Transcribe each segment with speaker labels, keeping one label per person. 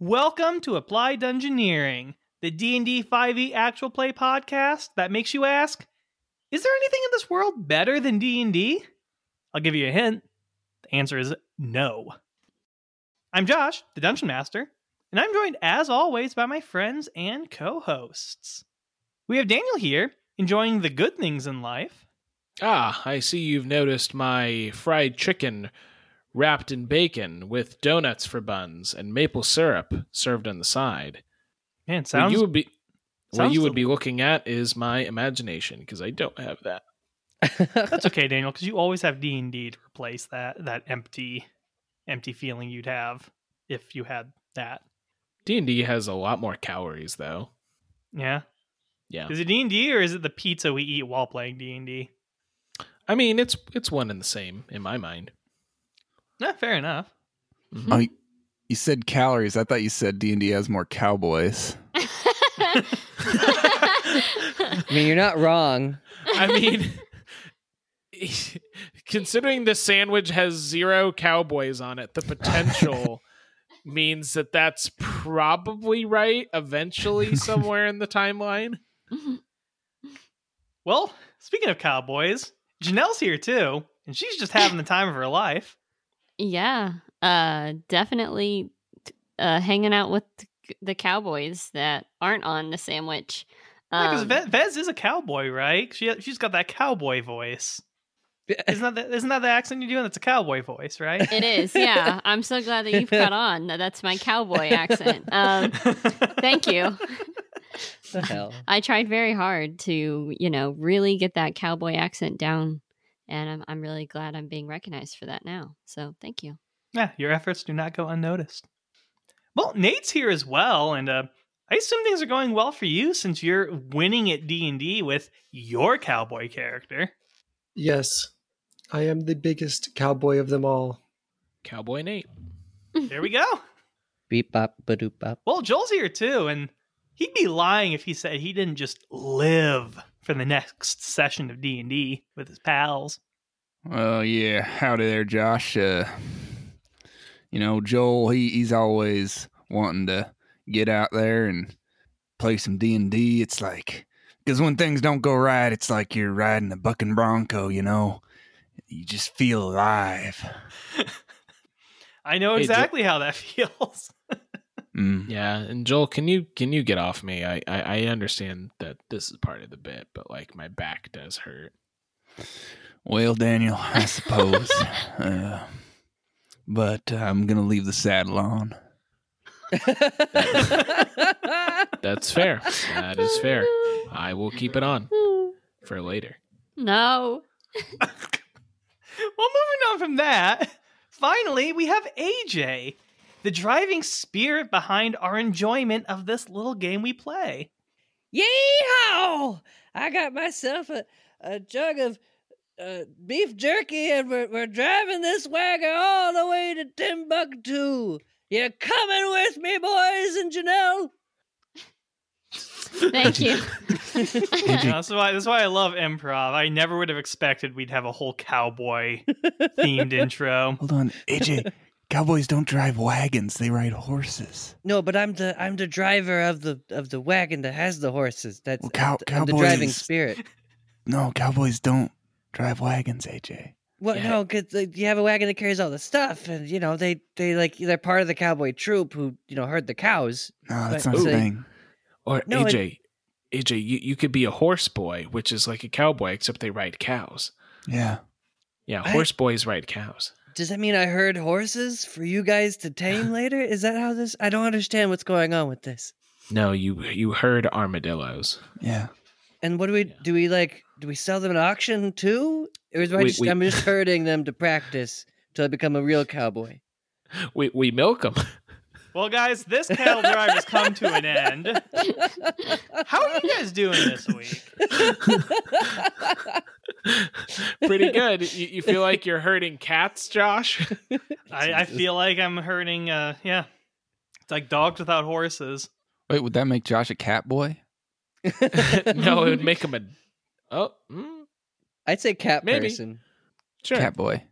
Speaker 1: Welcome to Applied Dungeoneering, the D&D 5e E actual play podcast that makes you ask, is there anything in this world better than D&D? I'll give you a hint. The answer is no. I'm Josh, the Dungeon Master, and I'm joined as always by my friends and co-hosts. We have Daniel here, enjoying the good things in life.
Speaker 2: Ah, I see you've noticed my fried chicken wrapped in bacon with donuts for buns and maple syrup served on the side.
Speaker 1: Man,
Speaker 2: what
Speaker 1: sounds
Speaker 2: you would be what
Speaker 1: sounds
Speaker 2: you would
Speaker 1: del-
Speaker 2: be looking at is my imagination because I don't have that.
Speaker 1: That's okay, Daniel, because you always have D and D to replace that that empty, empty feeling you'd have if you had that.
Speaker 2: D&D has a lot more calories though.
Speaker 1: Yeah.
Speaker 2: Yeah.
Speaker 1: Is it D and D or is it the pizza we eat while playing D and D?
Speaker 2: I mean, it's it's one and the same in my mind.
Speaker 1: No, fair enough.
Speaker 2: Mhm.
Speaker 3: Oh, you said calories. I thought you said D and D has more cowboys.
Speaker 4: I mean, you're not wrong.
Speaker 2: I mean, considering the sandwich has zero cowboys on it, the potential means that that's probably right eventually somewhere in the timeline.
Speaker 1: Well, speaking of cowboys, Janelle's here too, and she's just having the time of her life.
Speaker 5: yeah, uh, definitely uh, hanging out with the cowboys that aren't on the sandwich.
Speaker 1: Because
Speaker 5: Um,
Speaker 1: Vez is a cowboy, right? She she's got that cowboy voice. Isn't that the, isn't that the accent you're doing? That's a cowboy voice, right?
Speaker 5: it is, yeah. I'm so glad that you've caught on. that That's my cowboy accent. Um, thank you.
Speaker 4: The hell.
Speaker 5: I tried very hard to, you know, really get that cowboy accent down, and I'm I'm really glad I'm being recognized for that now. So thank you.
Speaker 1: Yeah, your efforts do not go unnoticed. Well, Nate's here as well, and uh, I assume things are going well for you since you're winning at D and D with your cowboy character.
Speaker 6: Yes, I am the biggest cowboy of them all.
Speaker 2: Cowboy Nate.
Speaker 1: There we go.
Speaker 4: Beep bop badoop bop.
Speaker 1: Well, Joel's here too, and he'd be lying if he said he didn't just live for the next session of D and D with his pals.
Speaker 3: Oh yeah, howdy there, Josh. Uh, you know, Joel, he he's always wanting to get out there and play some D and D. It's like because when things don't go right, it's like you're riding a bucking bronco. You know, you just feel alive.
Speaker 1: I know
Speaker 2: Hey, Jo-
Speaker 1: exactly how that feels.
Speaker 3: Mm.
Speaker 2: Yeah, and Joel, can you can you get off me? I, I I understand that this is part of the bit, but like my back does hurt.
Speaker 3: Well, Daniel, I suppose, uh, but I'm gonna leave the saddle on.
Speaker 2: That's fair. that is fair.
Speaker 5: Oh,
Speaker 2: I will keep it on
Speaker 5: no.
Speaker 2: for later.
Speaker 5: No.
Speaker 1: well, moving on from that, finally, we have AJ, the driving spirit behind our enjoyment of this little game we play.
Speaker 4: Yeehaw! I got myself a, a jug of uh, beef jerky, and we're, we're driving this wagon all the way to Timbuktu. You're coming with me, boys and Janelle.
Speaker 5: Thank you.
Speaker 1: You know, that's why that's why I love improv. I never would have expected we'd have a whole cowboy themed intro.
Speaker 3: Hold on, AJ. Cowboys don't drive wagons; they ride horses.
Speaker 4: No, but I'm the I'm the driver of the of the wagon that has the horses. That's
Speaker 3: Well, cow-
Speaker 4: I'm the driving
Speaker 3: cowboys-
Speaker 4: spirit.
Speaker 3: No, cowboys don't drive wagons, AJ.
Speaker 4: Well,
Speaker 2: Yeah.
Speaker 4: no, 'cause no, because you have a wagon that carries all the stuff, and you know they they like they're part of the cowboy troop who you know herd the cows.
Speaker 3: No, that's
Speaker 4: But-
Speaker 3: not a
Speaker 2: Ooh.
Speaker 3: thing.
Speaker 2: Or
Speaker 4: No, it-
Speaker 2: AJ, AJ, you, you could be a horse boy, which is like a cowboy, except they ride cows.
Speaker 3: Yeah.
Speaker 2: Yeah,
Speaker 4: I-
Speaker 2: horse boys ride cows.
Speaker 4: Does that mean I herd horses for you guys to tame later? Is that how this? I don't understand what's going on with this.
Speaker 2: No, you you herd armadillos.
Speaker 3: Yeah.
Speaker 4: And what do we
Speaker 2: Yeah.
Speaker 4: do? We like do we sell them at auction too, or is I
Speaker 2: We-
Speaker 4: just,
Speaker 2: we-
Speaker 4: I'm just herding them to practice till I become a real cowboy?
Speaker 2: We we milk them.
Speaker 1: Well, guys, this cattle drive has come to an end. How are you guys doing this week?
Speaker 2: Pretty good. You, you feel like you're herding cats, Josh?
Speaker 1: I, I feel like I'm hurting. Uh, yeah, it's like dogs without horses.
Speaker 3: Wait, would that make Josh a cat boy?
Speaker 2: no, it would make them a. Oh, mm,
Speaker 4: I'd say cat
Speaker 2: Maybe.
Speaker 4: person.
Speaker 2: sure,
Speaker 3: Cat
Speaker 2: cat,
Speaker 3: boy.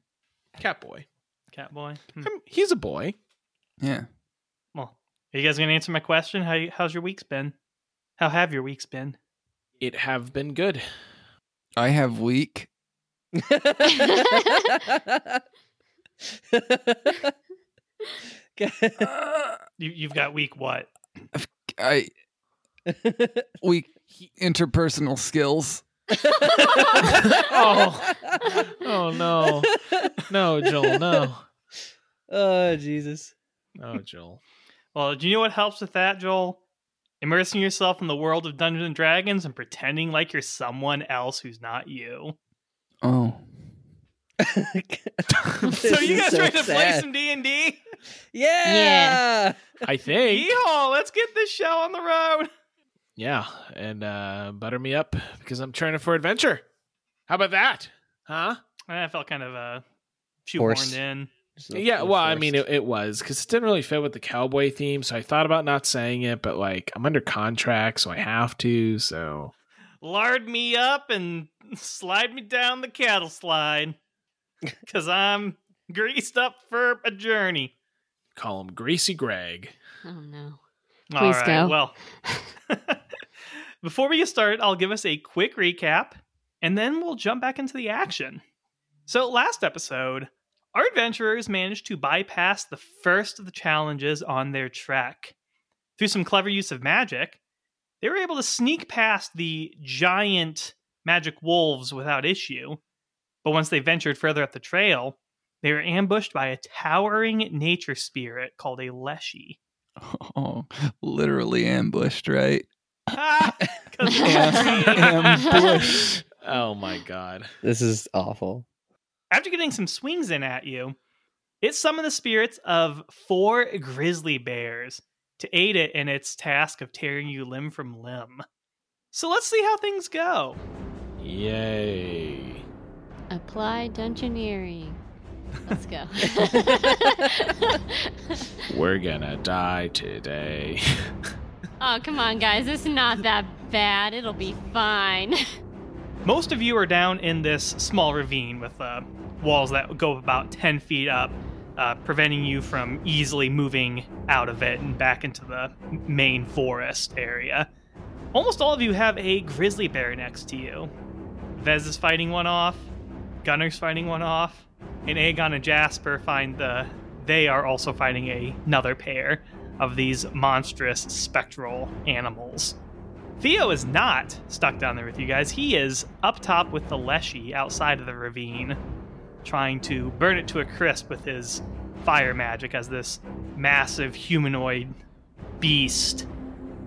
Speaker 2: boy.
Speaker 1: Catboy. Hmm.
Speaker 2: Um, He's a boy.
Speaker 3: Yeah.
Speaker 1: Well, Are you guys gonna answer my question? How how's your week's been? How have your weeks been?
Speaker 2: It have been good.
Speaker 3: I have week.
Speaker 1: You, you've got week what?
Speaker 3: I weak interpersonal skills.
Speaker 2: Oh. Oh no. No, Joel, no.
Speaker 4: Oh Jesus.
Speaker 2: No, Joel.
Speaker 1: Well, do you know what helps with that, Joel? Immersing yourself in the world of Dungeons and Dragons and pretending like you're someone else who's not you.
Speaker 3: Oh.
Speaker 1: so
Speaker 4: so
Speaker 1: you guys ready to play some D and D?
Speaker 4: Yeah.
Speaker 2: I think.
Speaker 1: Yeehaw! Let's get this show on the road.
Speaker 2: Yeah. And uh butter me up because I'm training for adventure. How about that? Huh?
Speaker 1: I felt kind of uh, shoehorned
Speaker 6: Forced.
Speaker 1: in.
Speaker 2: yeah, well, I mean, it, it was because it didn't really fit with the cowboy theme. So I thought about not saying it, but like I'm under contract, so I have to. So
Speaker 1: Lard me up and slide me down the cattle slide, cause I'm greased up for a journey.
Speaker 2: call him Greasy Greg.
Speaker 5: Oh no.
Speaker 1: All
Speaker 5: Please
Speaker 1: right.
Speaker 5: go.
Speaker 1: Well, before we get started, I'll give us a quick recap and then we'll jump back into the action. So, last episode, our adventurers managed to bypass the first of the challenges on their trek. Through some clever use of magic, they were able to sneak past the giant magic wolves without issue. But once they ventured further up the trail, they were ambushed by a towering nature spirit called a Leshy.
Speaker 3: Oh, literally ambushed, right?
Speaker 1: Because
Speaker 3: Ambush.
Speaker 2: Oh my God.
Speaker 4: this is awful.
Speaker 1: After getting some swings in at you, it summoned the spirits of four grizzly bears to aid it in its task of tearing you limb from limb. So let's see how things go.
Speaker 2: Yay.
Speaker 5: Apply dungeoneering. Let's go.
Speaker 2: We're gonna die today.
Speaker 5: oh, come on, guys. It's not that bad. It'll be fine.
Speaker 1: Most of you are down in this small ravine with uh, walls that go about 10 feet up, uh, preventing you from easily moving out of it and back into the main forest area. Almost all of you have a grizzly bear next to you. Vez is fighting one off, Gunner's fighting one off, and Aegon and Jasper find the they are also fighting a- another pair of these monstrous spectral animals. Theo is not stuck down there with you guys. He is up top with the Leshy outside of the ravine, trying to burn it to a crisp with his fire magic as this massive humanoid beast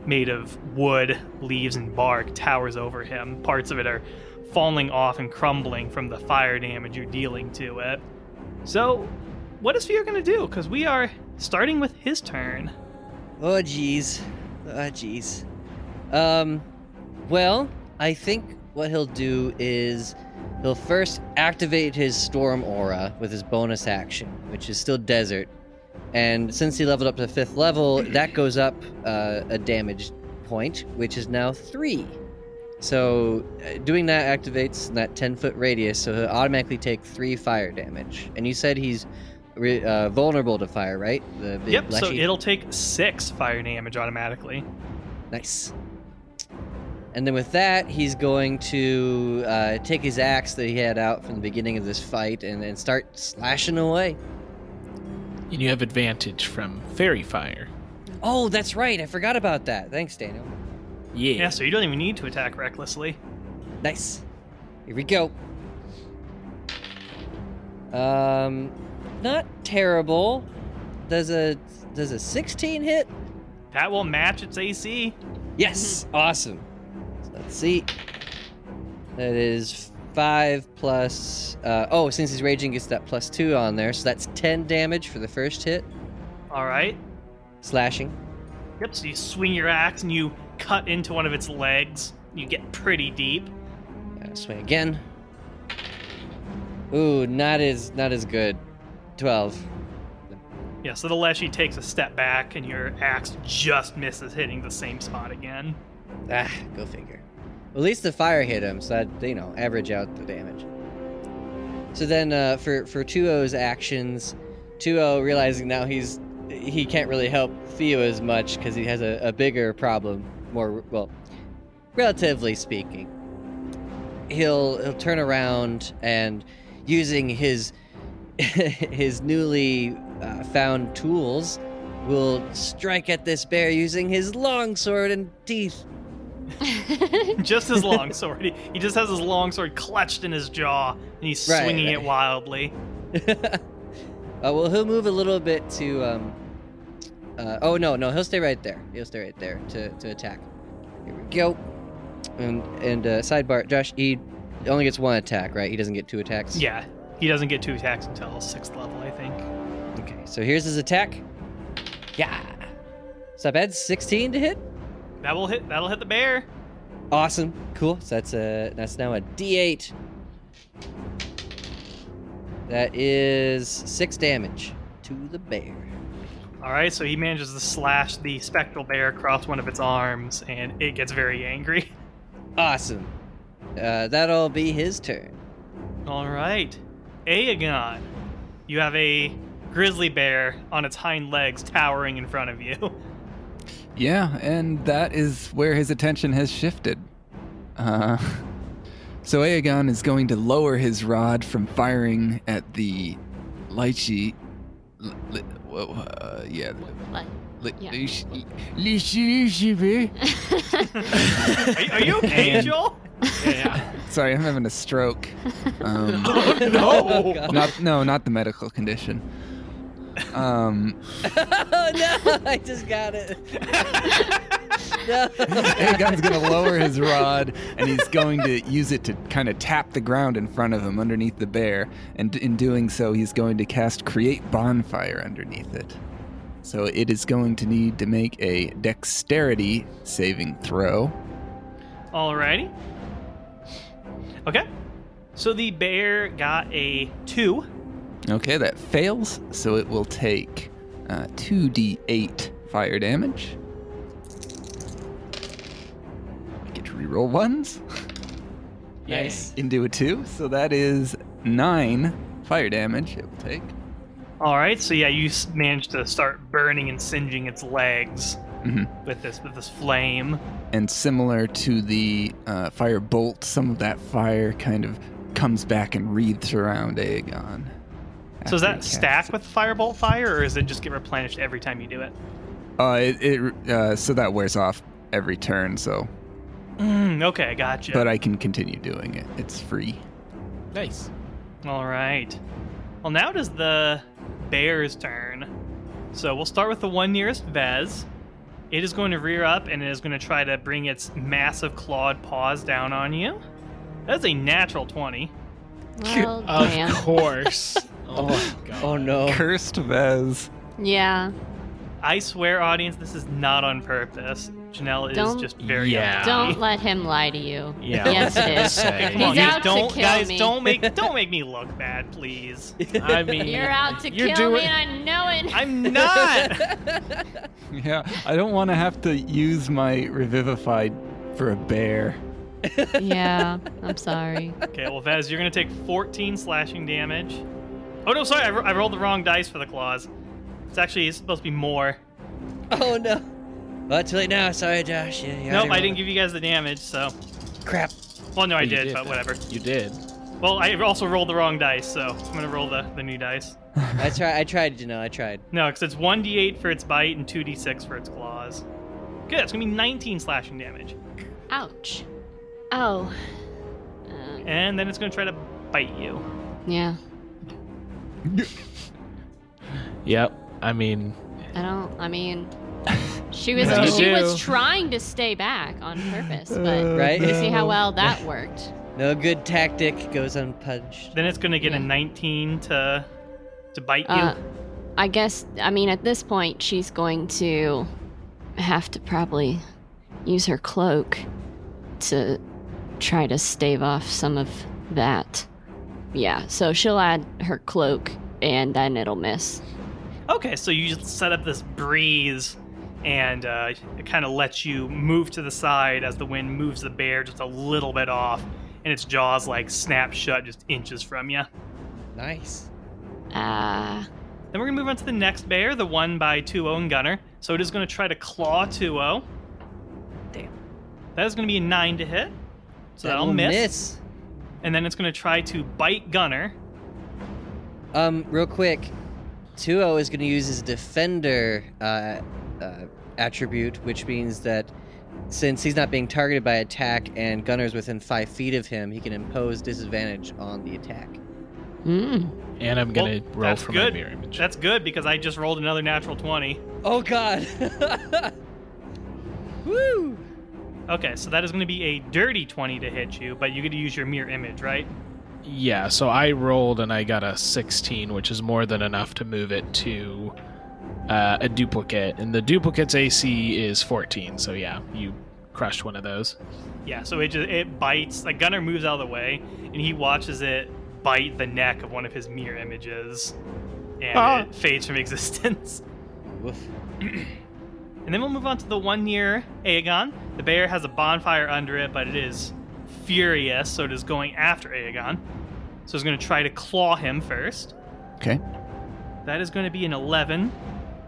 Speaker 1: made of wood, leaves, and bark towers over him. Parts of it are falling off and crumbling from the fire damage you're dealing to it. So, what is Theo going to do? Because we are starting with his turn.
Speaker 4: Oh jeez. Oh jeez. Um well, I think what he'll do is he'll first activate his storm aura with his bonus action, which is still desert. And since he leveled up to 5th level, that goes up uh, a damage point, which is now 3. So uh, doing that activates that 10 foot radius, so he'll automatically take 3 fire damage. And you said he's re- uh, vulnerable to fire, right? The big
Speaker 1: Yep, so
Speaker 4: fleshy-
Speaker 1: it'll take six fire damage automatically.
Speaker 4: Nice. And then with that, he's going to uh, take his axe that he had out from the beginning of this fight and, and start slashing away.
Speaker 2: And you have advantage from fairy fire.
Speaker 4: Oh, that's right. I forgot about that. Thanks, Daniel.
Speaker 2: Yeah.
Speaker 1: Yeah, so you don't even need to attack recklessly.
Speaker 4: Nice. Here we go. Um, not terrible. Does a does a 16 hit?
Speaker 1: That will match its AC.
Speaker 4: Yes. Awesome. So let's see. That is five plus. Uh, oh, since he's raging, gets that plus two on there. So that's ten damage for the first hit,
Speaker 1: All right.
Speaker 4: slashing.
Speaker 1: Yep, so you swing your axe and you cut into one of its legs. You get pretty deep.
Speaker 4: Uh, swing again. Ooh, not as not as good. Twelve.
Speaker 1: Yeah, so the Leshy takes a step back and your axe just misses hitting the same spot again.
Speaker 4: Ah, go figure. At least the fire hit him, so that you know average out the damage. So then uh, for for Tuo's actions, Tuo realizing now he's he can't really help Theo as much because he has a, a bigger problem. More well, relatively speaking, he'll he'll turn around and using his his newly uh, found tools will strike at this bear using his long sword and teeth.
Speaker 1: just his long sword. He, he just has his long sword clutched in his jaw, and he's
Speaker 4: Right,
Speaker 1: swinging it
Speaker 4: right.
Speaker 1: wildly.
Speaker 4: uh, well, he'll move a little bit to. Um, uh, oh no, no, he'll stay right there. He'll stay right there to, to attack. Here we go. And and uh, sidebar, Josh, he only gets one attack, right? He doesn't get two attacks.
Speaker 1: Yeah, he doesn't get two attacks until sixth level, I think.
Speaker 4: Okay, so here's his attack. Yeah. So that bad? 16 to hit.
Speaker 1: That will hit. That'll hit the bear.
Speaker 4: Awesome. Cool. So that's a that's now a D8. That is six damage to the bear.
Speaker 1: All right, so he manages to slash the spectral bear across one of its arms, and it gets very angry.
Speaker 4: Awesome. Uh, that'll be his turn.
Speaker 1: All right, Aegon, you have a grizzly bear on its hind legs towering in front of you.
Speaker 3: Yeah, and that is where his attention has shifted. Uh, so Aegon is going to lower his rod from firing at the lychee. L- li- whoa, uh, yeah.
Speaker 5: Like-
Speaker 3: Li-
Speaker 5: yeah.
Speaker 3: lychee- lychee- lychee bear.
Speaker 1: Are, are you okay,
Speaker 3: And-
Speaker 1: Joel?
Speaker 2: Yeah.
Speaker 3: Sorry, I'm having a stroke. Um,
Speaker 4: Oh, God.
Speaker 3: not no, not the medical condition. Um,
Speaker 4: Oh no! I just got it. no.
Speaker 3: Aegon's gonna lower his rod and he's going to use it to kind of tap the ground in front of him underneath the bear, and in doing so, he's going to cast create bonfire underneath it. So it is going to need to make a dexterity saving throw.
Speaker 1: Alrighty. Okay. So the bear got a two.
Speaker 3: Okay, that fails, so it will take uh, 2d8 fire damage. I get to reroll ones
Speaker 4: Nice.
Speaker 3: into a 2, so that is 9 fire damage it will take.
Speaker 1: All right. So yeah, you s- managed to start burning and singeing its legs
Speaker 3: Mhm.
Speaker 1: with this with this flame.
Speaker 3: And similar to the uh, fire bolt, some of that fire kind of comes back and wreathes around Aegon.
Speaker 1: so is
Speaker 3: after he
Speaker 1: that stack
Speaker 3: casts it.
Speaker 1: with firebolt fire, or is it just get replenished every time you do it?
Speaker 3: Uh, it, it uh, so that wears off every turn. So,
Speaker 1: Mm, okay, gotcha.
Speaker 3: but I can continue doing it. It's free.
Speaker 2: Nice.
Speaker 1: All right. Well, now it is the bear's turn. So we'll start with the one nearest Vez. It is going to rear up and it is going to try to bring its massive clawed paws down on you. That's a natural 20.
Speaker 5: well,
Speaker 2: Of
Speaker 5: damn.
Speaker 2: course. Oh, my God.
Speaker 4: Oh no!
Speaker 3: Cursed Vez.
Speaker 5: Yeah.
Speaker 1: I swear, audience, this is not on purpose. Janelle is
Speaker 5: Don't-
Speaker 1: just very
Speaker 2: Yeah.
Speaker 1: unhappy.
Speaker 5: Don't let him lie to you.
Speaker 2: Yeah.
Speaker 5: Yes, it
Speaker 2: I was
Speaker 5: is.
Speaker 2: gonna
Speaker 1: Come on,
Speaker 2: say.
Speaker 5: He's
Speaker 1: guys,
Speaker 5: out to
Speaker 1: don't
Speaker 5: kill
Speaker 1: guys
Speaker 5: me.
Speaker 1: don't make don't make me look bad, please.
Speaker 2: I mean,
Speaker 5: You're out to
Speaker 2: you're
Speaker 5: kill
Speaker 2: doing-
Speaker 5: me, and I know it.
Speaker 1: I'm not.
Speaker 3: Yeah, I don't want to have to use my revivified for a bear.
Speaker 5: yeah, I'm sorry.
Speaker 1: Okay, well, Vez, you're going to take 14 slashing damage. Oh, no, sorry, I, ro- I rolled the wrong dice for the claws. It's actually supposed to be more.
Speaker 4: Oh no! Well, too late now. Sorry, Josh. You, you
Speaker 1: Nope, I didn't give you guys the damage, so.
Speaker 4: Crap.
Speaker 1: Well, no, I
Speaker 2: You
Speaker 1: did,
Speaker 2: did,
Speaker 1: but
Speaker 2: though.
Speaker 1: whatever.
Speaker 2: You did.
Speaker 1: Well, I also rolled the wrong dice, so I'm going to roll the, the new dice.
Speaker 4: I tried. I tried. You know, I tried.
Speaker 1: No, because it's 1d8 for its bite and 2d6 for its claws. Good, it's going to be 19 slashing damage.
Speaker 5: Ouch. Oh. Um,
Speaker 2: Eh.
Speaker 1: And then it's going to try to bite you.
Speaker 5: yeah.
Speaker 2: Yep. I mean,
Speaker 5: I don't. I mean, she was
Speaker 2: No.
Speaker 5: she
Speaker 2: You do.
Speaker 5: was trying to stay back on purpose, but
Speaker 4: Right?
Speaker 5: you
Speaker 3: Uh,
Speaker 5: see how well that worked.
Speaker 4: No good tactic goes unpunished.
Speaker 1: Then it's going to get a
Speaker 5: Yeah.
Speaker 1: 19 to to bite you.
Speaker 5: Uh, I guess. I mean, at this point, she's going to have to probably use her cloak to try to stave off some of that. Yeah. So she'll add her cloak, and then it'll miss.
Speaker 1: Okay, so you just set up this breeze, and uh, it kind of lets you move to the side as the wind moves the bear just a little bit off, and its jaws like snap shut just inches from you.
Speaker 4: Nice.
Speaker 5: Uh,
Speaker 1: Then we're gonna move on to the next bear, the one by 2-0 and Gunner. So it is gonna try to claw 2-0.
Speaker 7: Damn.
Speaker 1: That is gonna be a nine to hit. So
Speaker 4: That
Speaker 1: that'll
Speaker 4: will
Speaker 1: miss.
Speaker 4: miss.
Speaker 1: And then it's gonna try to bite Gunner.
Speaker 4: Um, real quick, 2-0 is going to use his defender uh, uh, attribute, which means that since he's not being targeted by attack and Gunner's within five feet of him, he can impose disadvantage on the attack.
Speaker 5: Mm.
Speaker 2: And I'm gonna
Speaker 1: Well,
Speaker 2: roll
Speaker 1: that's
Speaker 2: for
Speaker 1: good.
Speaker 2: my mirror image.
Speaker 1: That's good because I just rolled another natural 20.
Speaker 4: Oh God! Woo!
Speaker 1: Okay, so that is gonna be a dirty 20 to hit you, but you get to use your mirror image, right?
Speaker 2: yeah, so I rolled and I got a 16, which is more than enough to move it to uh, a duplicate. And the duplicate's AC is 14, so yeah, you crushed one of those.
Speaker 1: Yeah, so it just it bites. Like Gunner moves out of the way, and he watches it bite the neck of one of his mirror images, and
Speaker 2: Ah.
Speaker 1: it fades from existence.
Speaker 4: Woof.
Speaker 1: And then we'll move on to the one near Aegon. The bear has a bonfire under it, but it is furious, so it is going after Aegon. So it's going to try to claw him first.
Speaker 3: Okay.
Speaker 1: That is going to be an 11,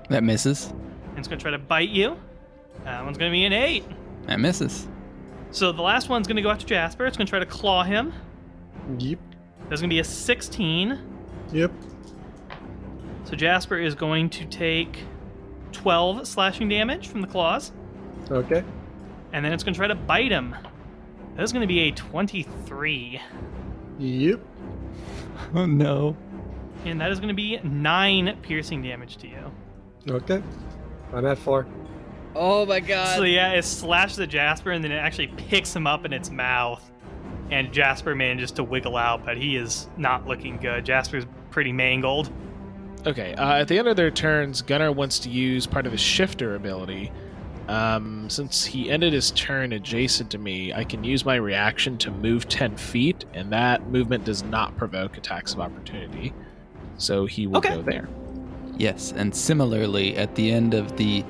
Speaker 3: That misses.
Speaker 1: and it's going to try to bite you. That one's going to be an 8.
Speaker 3: That misses.
Speaker 1: So the last one's going to go after Jasper. It's going to try to claw him.
Speaker 6: Yep.
Speaker 1: That's going to be a 16.
Speaker 6: Yep.
Speaker 1: So Jasper is going to take 12 slashing damage from the claws,
Speaker 6: Okay.
Speaker 1: and then it's going to try to bite him. That is going to be a 23,
Speaker 6: Yep.
Speaker 3: Oh no.
Speaker 1: and that is going to be 9 piercing damage to you.
Speaker 6: Okay. I'm at four.
Speaker 4: Oh my God!
Speaker 1: so yeah, it slashes at Jasper, and then it actually picks him up in its mouth, and Jasper manages to wiggle out, but he is not looking good. Jasper's pretty mangled.
Speaker 2: Okay. Uh, at the end of their turns, Gunnar wants to use part of his shifter ability. Um, since he ended his turn adjacent to me, I can use my reaction to move 10 feet, and that movement does not provoke attacks of opportunity. So he will
Speaker 1: Okay.
Speaker 2: go there.
Speaker 3: Yes, and similarly, at the end of the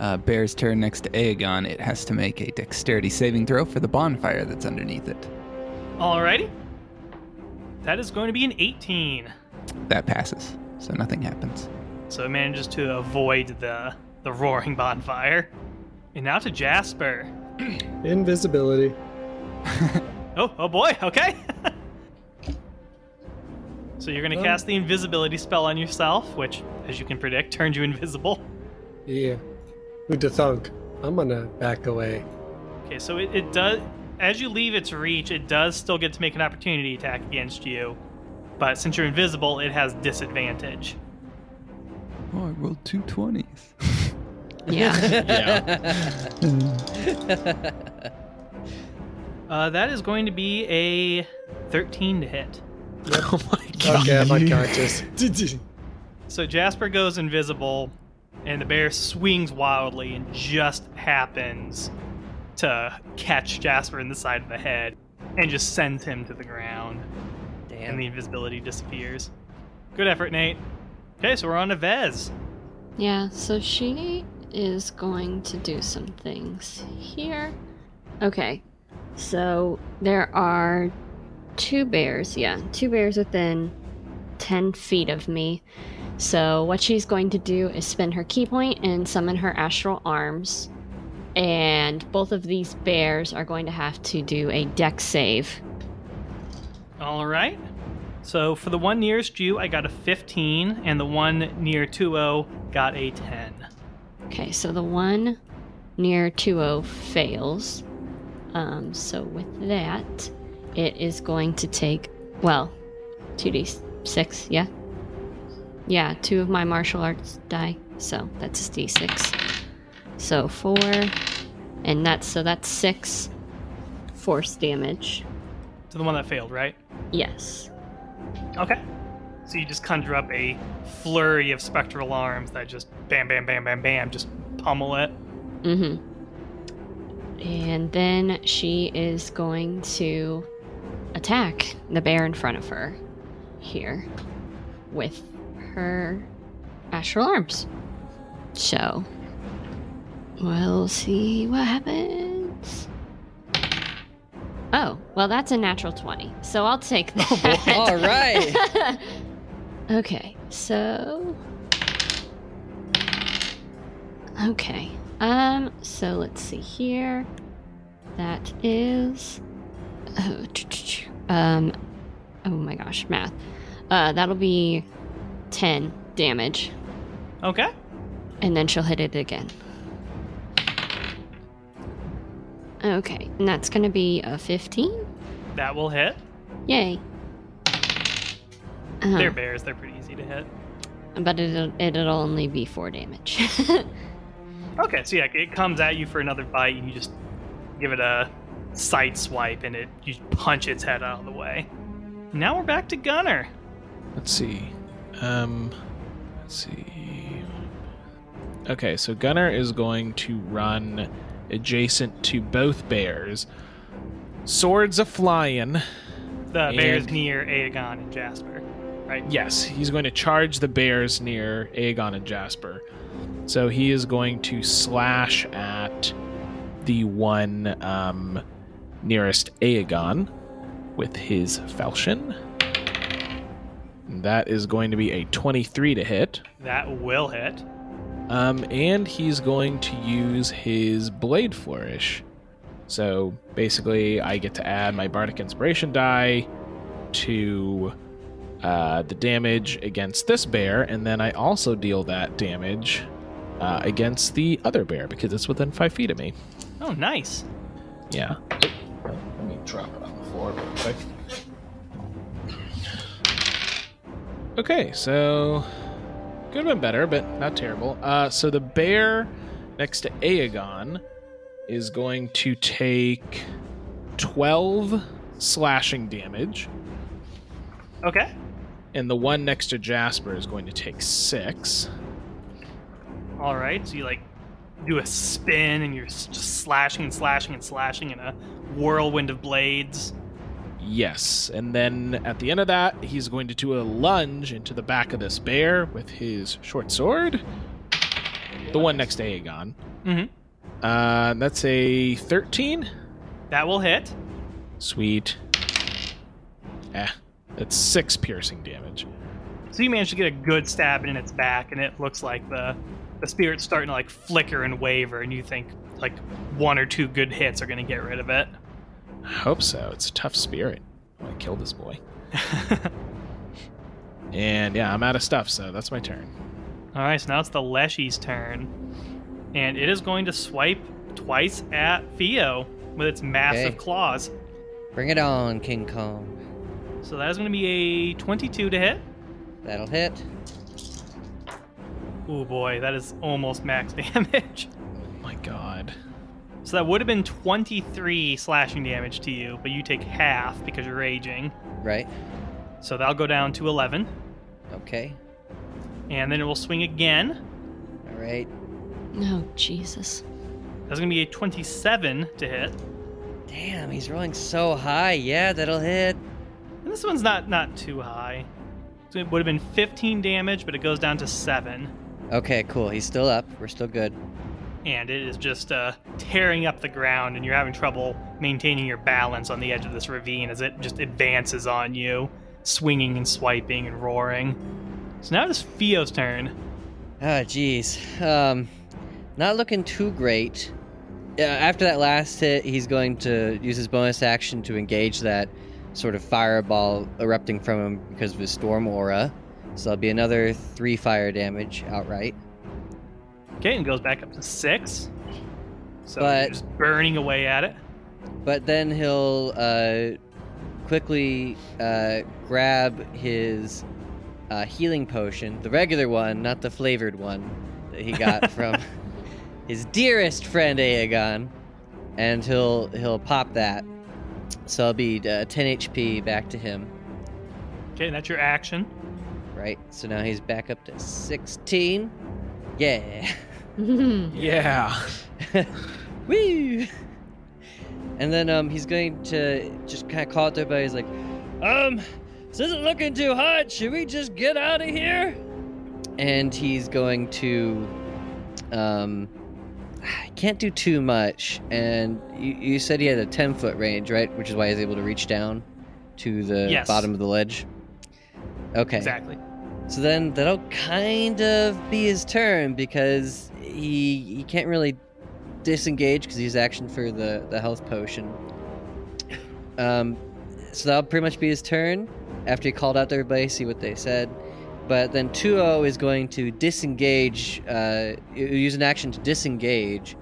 Speaker 3: uh, bear's turn next to Aegon, it has to make a dexterity saving throw for the bonfire that's underneath it.
Speaker 1: Alrighty. That is going to be an 18.
Speaker 3: That passes, so nothing happens.
Speaker 1: So it manages to avoid the the roaring bonfire. And now to Jasper.
Speaker 6: Invisibility.
Speaker 1: Oh, oh boy, okay. so you're gonna
Speaker 6: Um.
Speaker 1: cast the invisibility spell on yourself, which, as you can predict, turns you invisible.
Speaker 6: Yeah. Who to thunk? I'm gonna back away.
Speaker 1: Okay, so it, it does as you leave its reach, it does still get to make an opportunity attack against you. But since you're invisible, it has disadvantage.
Speaker 3: Oh, I rolled two 20s.
Speaker 5: Yeah.
Speaker 1: Uh, that is going to be a 13 to hit.
Speaker 2: Oh my
Speaker 6: Okay, I'm unconscious.
Speaker 1: So Jasper goes invisible, and the bear swings wildly and just happens to catch Jasper in the side of the head and just sends him to the ground, and the
Speaker 4: Damn.
Speaker 1: invisibility disappears. Good effort, Nate. Okay, so we're on to Vez.
Speaker 5: Yeah, so she is going to do some things here. Okay, so there are two bears, yeah, two bears within 10 feet of me. So, what she's going to do is spend her key point and summon her astral arms. And both of these bears are going to have to do a deck save.
Speaker 1: All right. So for the one nearest you, I got a 15, and the one near 2-0 got a 10.
Speaker 5: Okay, so the one near 2 fails. Um, so with that, it is going to take, well, 2d6, yeah? Yeah, two of my martial arts die, so that's a d6. So four, and that's, so that's six force damage.
Speaker 1: So the one that failed, right?
Speaker 5: Yes.
Speaker 1: Okay. So you just conjure up a flurry of spectral arms that just bam, bam, bam, bam, bam, just pummel it.
Speaker 5: Mm-hmm. And then she is going to attack the bear in front of her here with her astral arms. So we'll see what happens. Oh, well that's a natural 20. So I'll take that.
Speaker 4: All right.
Speaker 5: okay, so Okay. Um. So let's see here. That is. oh, Um. Oh my gosh, math. Uh, that'll be ten damage,
Speaker 1: Okay.
Speaker 5: and then she'll hit it again. Okay, and that's gonna be a fifteen.
Speaker 1: That will hit.
Speaker 5: Yay. Uh,
Speaker 1: They're bears. They're pretty easy to hit.
Speaker 5: but it'll it'll only be four damage.
Speaker 1: Okay, so yeah, it comes at you for another bite, and you just give it a side swipe, and it you punch its head out of the way. Now we're back to Gunner.
Speaker 2: Let's see. Um, let's see. Okay, so Gunner is going to run adjacent to both bears. Swords a flying.
Speaker 1: The bears
Speaker 2: And-
Speaker 1: near Aegon and Jasper. Right.
Speaker 2: Yes, he's going to charge the bears near Aegon and Jasper. So he is going to slash at the one um, nearest Aegon with his falchion. And that is going to be a 23 to hit.
Speaker 1: That will hit.
Speaker 2: Um, and he's going to use his blade flourish. So basically, I get to add my bardic inspiration die to uh, the damage against this bear, and then I also deal that damage uh, against the other bear because it's within five feet of me.
Speaker 1: Oh, nice.
Speaker 2: Yeah. Let me drop it on the floor real quick. Okay, so could have been better, but not terrible. Uh, so the bear next to Aegon is going to take twelve slashing damage,
Speaker 1: Okay.
Speaker 2: and the one next to Jasper is going to take six.
Speaker 1: All right. So you like do a spin, and you're s- just slashing and slashing and slashing in a whirlwind of blades.
Speaker 2: Yes, and then at the end of that, he's going to do a lunge into the back of this bear with his short sword. The one next to Aegon.
Speaker 1: Mhm.
Speaker 2: Uh, that's a 13.
Speaker 1: That will hit.
Speaker 2: Sweet. Eh, that's six piercing damage.
Speaker 1: So you manage to get a good stab in its back, and it looks like the the spirit's starting to like flicker and waver, and you think like one or two good hits are gonna get rid of it.
Speaker 2: I hope so. It's a tough spirit. I want to kill this boy. and yeah, I'm out of stuff, so that's my turn.
Speaker 1: All right, so now it's the Leshy's turn, and it is going to swipe twice at Theo with its massive
Speaker 4: Okay.
Speaker 1: claws.
Speaker 4: Bring it on, King Kong.
Speaker 1: So that is going to be a 22 to hit.
Speaker 4: That'll hit.
Speaker 1: Oh boy, that is almost max damage.
Speaker 2: Oh my god.
Speaker 1: So that would have been 23 slashing damage to you, but you take half because you're raging.
Speaker 4: Right.
Speaker 1: So that'll go down to 11,
Speaker 4: Okay.
Speaker 1: and then it will swing again.
Speaker 4: All right.
Speaker 5: oh Jesus.
Speaker 1: That's gonna be a 27 to hit.
Speaker 4: Damn, he's rolling so high. Yeah, that'll hit.
Speaker 1: And this one's not not too high. So it would have been 15 damage, but it goes down to seven.
Speaker 4: Okay, cool. He's still up. We're still good.
Speaker 1: And it is just uh, tearing up the ground, and you're having trouble maintaining your balance on the edge of this ravine as it just advances on you, swinging and swiping and roaring. So now it is Theo's turn.
Speaker 4: Ah, jeez. Um, not looking too great. Uh, after that last hit, he's going to use his bonus action to engage that sort of fireball erupting from him because of his storm aura. So that'll be another three fire damage outright.
Speaker 1: Okay, and it goes back up to six. So
Speaker 4: But-
Speaker 1: you're just burning away at it.
Speaker 4: But then he'll uh, quickly uh, grab his uh, healing potion, the regular one, not the flavored one that he got from his dearest friend Aegon, and he'll he'll pop that. So I'll be uh, 10 HP back to him,
Speaker 1: Okay, and that's your action.
Speaker 4: right? So now he's back up to 16. Yeah.
Speaker 2: Yeah.
Speaker 4: Woo! And then um, he's going to just kind of call out to everybody. He's like, um, this isn't looking too hot. Should we just get out of here? And he's going to, um, I can't do too much. And you, you said he had a 10 foot range, right? Which is why he's able to reach down to the
Speaker 1: Yes.
Speaker 4: bottom of the ledge. Okay.
Speaker 1: Exactly.
Speaker 4: So then that'll kind of be his turn because he he can't really disengage because he's action for the the health potion. Um, so that'll pretty much be his turn after he called out to everybody, see what they said. But then 2 is going to disengage, uh, u- use an action to disengage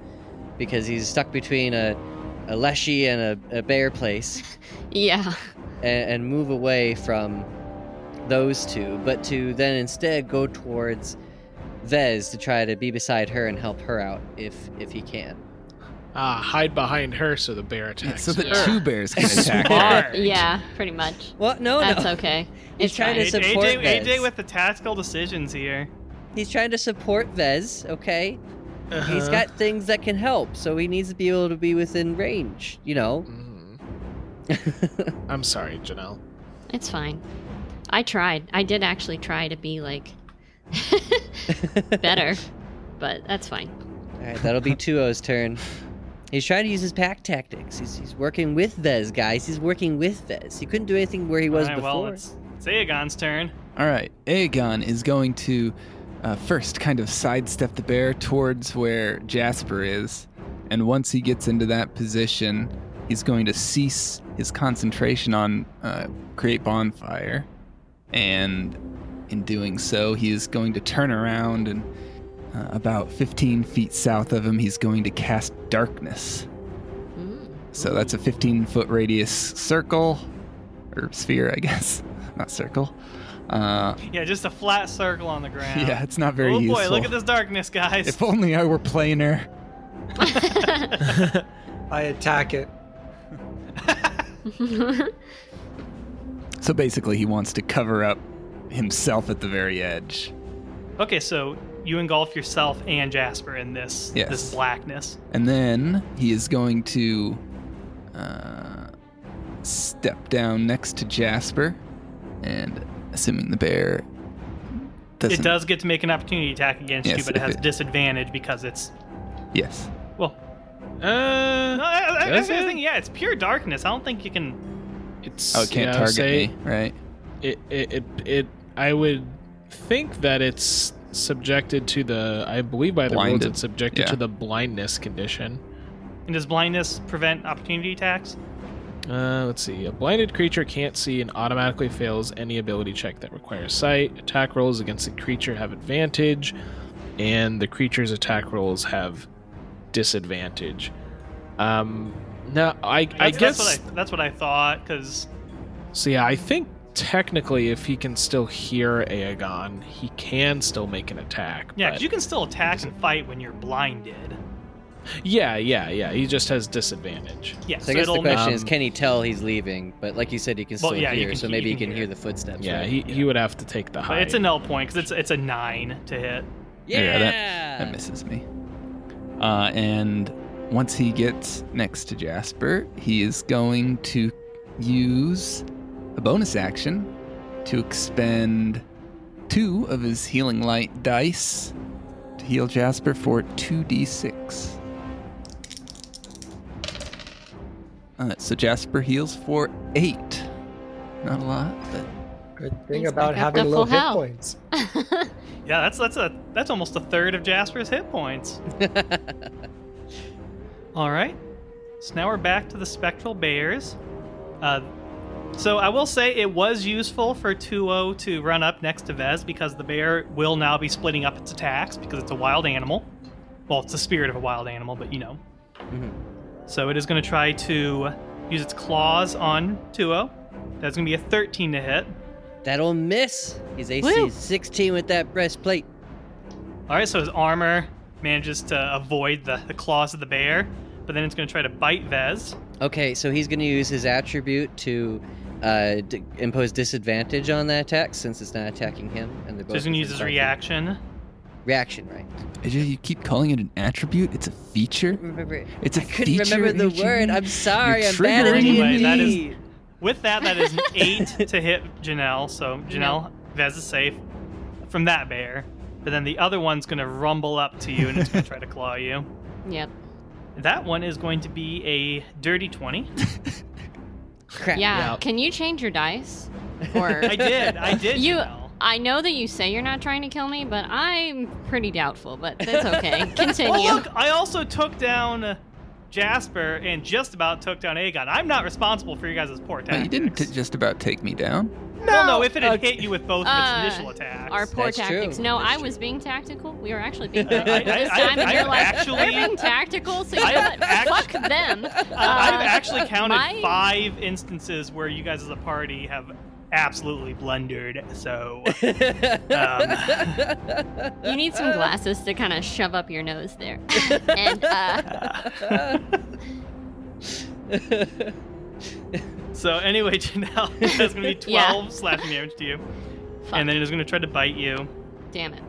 Speaker 4: because he's stuck between a, a Leshy and a, a Bear place
Speaker 5: Yeah.
Speaker 4: and, and move away from those two, but to then instead go towards Vez to try to be beside her and help her out if if he can.
Speaker 2: Ah, hide behind her so the bear attacks.
Speaker 3: so that
Speaker 2: her.
Speaker 3: two bears can
Speaker 2: Smart.
Speaker 3: attack. her.
Speaker 2: Alright.
Speaker 5: Yeah, pretty much.
Speaker 4: Well, Oh, no,
Speaker 5: That's
Speaker 4: no.
Speaker 5: okay.
Speaker 4: He's
Speaker 5: It's
Speaker 4: trying to
Speaker 5: fine.
Speaker 1: AJ,
Speaker 4: support
Speaker 1: AJ,
Speaker 4: this.
Speaker 1: AJ with the tactical decisions here.
Speaker 4: He's trying to support Vez, okay? He's
Speaker 2: Uh-huh.
Speaker 4: got things that can help, so he needs to be able to be within range, you know?
Speaker 2: Mhm. I'm sorry, Janelle.
Speaker 5: It's fine. I tried. I did actually try to be like better, but that's fine.
Speaker 4: All right, that'll be 2-0's turn. He's trying to use his pack tactics. He's, he's working with Vez, guys. He's working with Vez. He couldn't do anything where he was
Speaker 1: All right,
Speaker 4: before.
Speaker 1: well, it's it's Aegon's turn.
Speaker 3: All right, Aegon is going to uh, first kind of sidestep the bear towards where Jasper is, and once he gets into that position, he's going to cease his concentration on uh, create bonfire, and in doing so, he is going to turn around and uh, about 15 feet south of him, he's going to cast darkness.
Speaker 5: Mm.
Speaker 3: So that's a 15 foot radius circle, or sphere, I guess, not circle. Uh,
Speaker 1: Yeah, just a flat circle on the ground.
Speaker 3: yeah, it's not very
Speaker 1: oh boy,
Speaker 3: useful.
Speaker 1: look at this darkness, guys.
Speaker 3: If only I were planar.
Speaker 6: I attack it.
Speaker 3: So basically, he wants to cover up himself at the very edge,
Speaker 1: Okay, so you engulf yourself and Jasper in this
Speaker 3: Yes.
Speaker 1: this blackness.
Speaker 3: and then he is going to uh, step down next to Jasper, and assuming the bear doesn't.
Speaker 1: It does get to make an opportunity attack against you,
Speaker 3: Yes,
Speaker 1: but it
Speaker 3: if
Speaker 1: has
Speaker 3: it-
Speaker 1: disadvantage because it's
Speaker 3: Yes.
Speaker 1: well. No,
Speaker 2: Uh,
Speaker 1: I, I, I, I
Speaker 2: Does it?
Speaker 1: think yeah, it's pure darkness. I don't think you can.
Speaker 2: it's
Speaker 3: Oh, it can't
Speaker 2: yeah, I would
Speaker 3: target
Speaker 2: say
Speaker 3: me, right?
Speaker 2: It, it it it I would think that it's subjected to the I believe by the rules
Speaker 3: Blinded.
Speaker 2: it's subjected
Speaker 3: Yeah.
Speaker 2: to the blindness condition.
Speaker 1: And does blindness prevent opportunity attacks?
Speaker 2: Uh, let's see. A blinded creature can't see and automatically fails any ability check that requires sight. Attack rolls against the creature have advantage, and the creature's attack rolls have disadvantage. Um, now, I, I guess.
Speaker 1: that's what I, that's what I thought. Because
Speaker 2: so, yeah, I think technically, if he can still hear Aegon, he can still make an attack.
Speaker 1: yeah,
Speaker 2: but-
Speaker 1: 'cause you can still attack and fight when you're blinded.
Speaker 2: yeah, yeah, yeah. He just has disadvantage.
Speaker 1: Yeah,
Speaker 4: So I guess the
Speaker 1: it'll-
Speaker 4: question is,
Speaker 2: um,
Speaker 4: can he tell he's leaving? But like you said, he can
Speaker 1: Well,
Speaker 4: still
Speaker 1: yeah, you
Speaker 4: hear,
Speaker 1: can
Speaker 4: so
Speaker 1: he-
Speaker 4: maybe
Speaker 1: you
Speaker 4: he
Speaker 1: can
Speaker 4: can hear
Speaker 1: hear.
Speaker 4: the footsteps.
Speaker 2: yeah,
Speaker 4: right?
Speaker 2: he, he would have to take the high.
Speaker 1: But it's a null point because it's it's a nine to hit.
Speaker 4: yeah.
Speaker 3: Yeah, That misses me. Uh, and once he gets next to Jasper, he is going to use a bonus action to expend two of his healing light dice to heal Jasper for 2d6. Uh, so Jasper heals for eight. Not a lot, but
Speaker 6: Good thing
Speaker 5: Brings
Speaker 6: about
Speaker 5: back up
Speaker 6: having
Speaker 5: the full
Speaker 6: low hit
Speaker 5: health.
Speaker 6: points.
Speaker 1: Yeah, that's that's a that's almost a third of Jasper's hit points. All right. So now we're back to the spectral bears. Uh, so I will say it was useful for 2-0 to run up next to Vez because the bear will now be splitting up its attacks because it's a wild animal. Well, it's the spirit of a wild animal, but you know.
Speaker 4: Mhm.
Speaker 1: So it is going to try to use its claws on 2-0. That's going to be a 13 to hit.
Speaker 4: That'll miss. He's AC
Speaker 1: Woo.
Speaker 4: 16 with that breastplate.
Speaker 1: All right, so his armor manages to avoid the, the claws of the bear, but then it's going to try to bite Vez.
Speaker 4: Okay, so he's going to use his attribute to uh, d- impose disadvantage on that attack since it's not attacking him. And they're
Speaker 1: So
Speaker 4: both
Speaker 1: he's going to use his
Speaker 4: within five feet.
Speaker 1: reaction.
Speaker 4: Reaction, right?
Speaker 3: AJ, you keep calling it an attribute. It's a feature.
Speaker 4: Remember, it.
Speaker 3: It's a
Speaker 4: I couldn't
Speaker 3: feature.
Speaker 4: remember the
Speaker 3: AJ.
Speaker 4: word. I'm sorry. I'm bad
Speaker 3: triggering
Speaker 4: at
Speaker 1: Anyway, that is-
Speaker 4: D&D.
Speaker 1: With that, that is an eight to hit Janelle. So Janelle, Vez is safe from that bear. But then the other one's going to rumble up to you and it's going to try to claw you.
Speaker 5: yep.
Speaker 1: That one is going to be a dirty 20.
Speaker 4: Crap.
Speaker 5: Yeah.
Speaker 2: Yep.
Speaker 5: Can you change your dice? Or
Speaker 1: I did. I did.
Speaker 5: You-
Speaker 1: Janelle.
Speaker 5: I know that you say you're not trying to kill me, but I'm pretty doubtful, but that's okay.
Speaker 1: Well,
Speaker 5: Continue.
Speaker 1: Oh, look, I also took down uh, Jasper and just about took down Aegon. I'm not responsible for your guys' poor
Speaker 3: But
Speaker 1: tactics.
Speaker 3: you didn't t- just about take me down.
Speaker 1: Well, no, if it had hit you with both of its
Speaker 5: Uh,
Speaker 1: initial attacks.
Speaker 5: Our poor
Speaker 4: That's true.
Speaker 5: tactics. No,
Speaker 4: That's
Speaker 5: I was being tactical. We were actually being
Speaker 1: I- I-
Speaker 5: tactical. this
Speaker 1: I-
Speaker 5: time, and
Speaker 1: I
Speaker 5: you're like,
Speaker 1: actually-
Speaker 5: they're being tactical, so you
Speaker 1: I
Speaker 5: know
Speaker 1: have
Speaker 5: what?
Speaker 1: act-
Speaker 5: Fuck them.
Speaker 1: I- I've
Speaker 5: Uh,
Speaker 1: actually counted
Speaker 5: my-
Speaker 1: five instances where you guys as a party have absolutely blundered. So um,
Speaker 5: You need some glasses to kind of shove up your nose there. and uh,
Speaker 1: so anyway, Janelle, that's gonna be
Speaker 5: Yeah.
Speaker 1: twelve slashing damage to you,
Speaker 5: fuck,
Speaker 1: and then it is gonna try to bite you,
Speaker 5: damn it.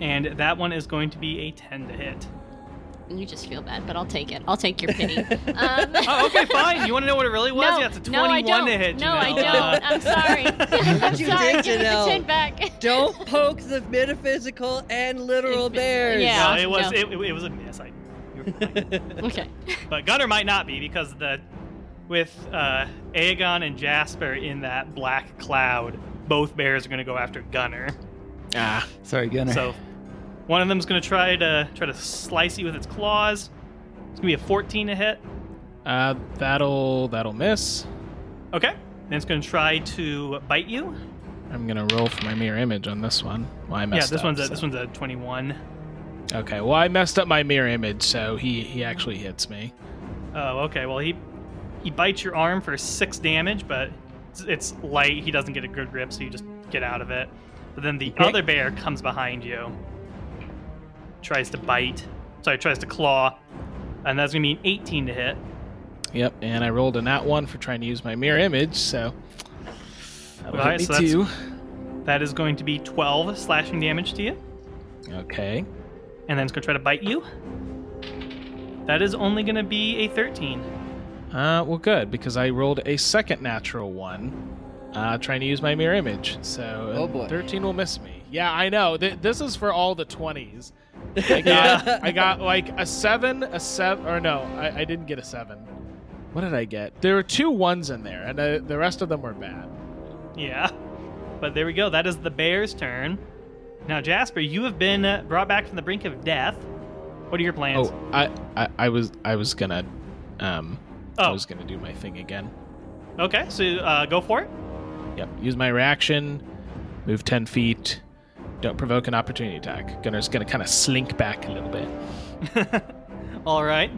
Speaker 1: and that one is going to be a ten to hit.
Speaker 5: You just feel bad, but I'll take it. I'll take your pity. Um,
Speaker 1: Oh, okay, fine. You want to know what it really was? yeah, it's a
Speaker 5: no, I
Speaker 1: twenty-one
Speaker 5: don't.
Speaker 1: to hit.
Speaker 5: No, I
Speaker 1: Janelle.
Speaker 5: don't. I'm sorry. I'm
Speaker 4: You
Speaker 5: sorry.
Speaker 4: did,
Speaker 5: Give me the
Speaker 4: Janelle.
Speaker 5: tin back.
Speaker 4: Don't poke the metaphysical and literal
Speaker 5: Infi-
Speaker 4: bears.
Speaker 5: Yeah.
Speaker 1: no, it was
Speaker 5: no.
Speaker 1: It, it was a miss. I, you were fine.
Speaker 5: Okay.
Speaker 1: But Gunner might not be because the with uh, Aegon and Jasper in that black cloud, both bears are going to go after Gunner.
Speaker 2: Ah,
Speaker 3: Sorry, Gunner.
Speaker 1: So one of them's going to try to try to slice you with its claws. It's going to be a 14 to hit.
Speaker 2: uh, that'll that'll miss.
Speaker 1: Okay. Then it's going to try to bite you.
Speaker 2: I'm gonna roll for my mirror image on this one. Well, I
Speaker 1: yeah,
Speaker 2: messed
Speaker 1: this
Speaker 2: up,
Speaker 1: one's a,
Speaker 2: so-
Speaker 1: this one's a 21.
Speaker 2: okay. Well, I messed up my mirror image, so he he actually hits me.
Speaker 1: Oh, okay. Well, he he bites your arm for six damage, but it's, it's light. He doesn't get a good grip, so you just get out of it. But then the
Speaker 2: Okay.
Speaker 1: other bear comes behind you, tries to bite. Sorry, tries to claw, and that's gonna be an 18 to hit.
Speaker 2: Yep, and I rolled a nat one for trying to use my mirror image, so that'll
Speaker 1: Alright,
Speaker 2: hit
Speaker 1: Oh, so
Speaker 2: me
Speaker 1: that's-
Speaker 2: too.
Speaker 1: That is going to be 12 slashing damage to you,
Speaker 2: Okay,
Speaker 1: and then it's gonna try to bite you. That is only gonna be a 13.
Speaker 2: uh, well, good because I rolled a second natural one, uh, trying to use my mirror image. So
Speaker 4: Oh,
Speaker 2: and
Speaker 4: boy.
Speaker 2: thirteen will miss me. Yeah, I know. Th- this is for all the twenties. I got, I got like a seven, a seven, or no, I, I didn't get a seven. What did I get? There were two ones in there, and uh, the rest of them were bad.
Speaker 1: Yeah. But there we go. That is the bear's turn. Now, Jasper, you have been uh, brought back from the brink of death. What are your plans?
Speaker 2: Oh, I, I, I was, I was gonna, um, I
Speaker 1: Oh.
Speaker 2: was gonna do my thing again.
Speaker 1: Okay, so uh, go for it.
Speaker 2: Yep. Use my reaction. Move 10 feet. Don't provoke an opportunity attack. Gunner's going to kind of slink back a little bit.
Speaker 1: All right.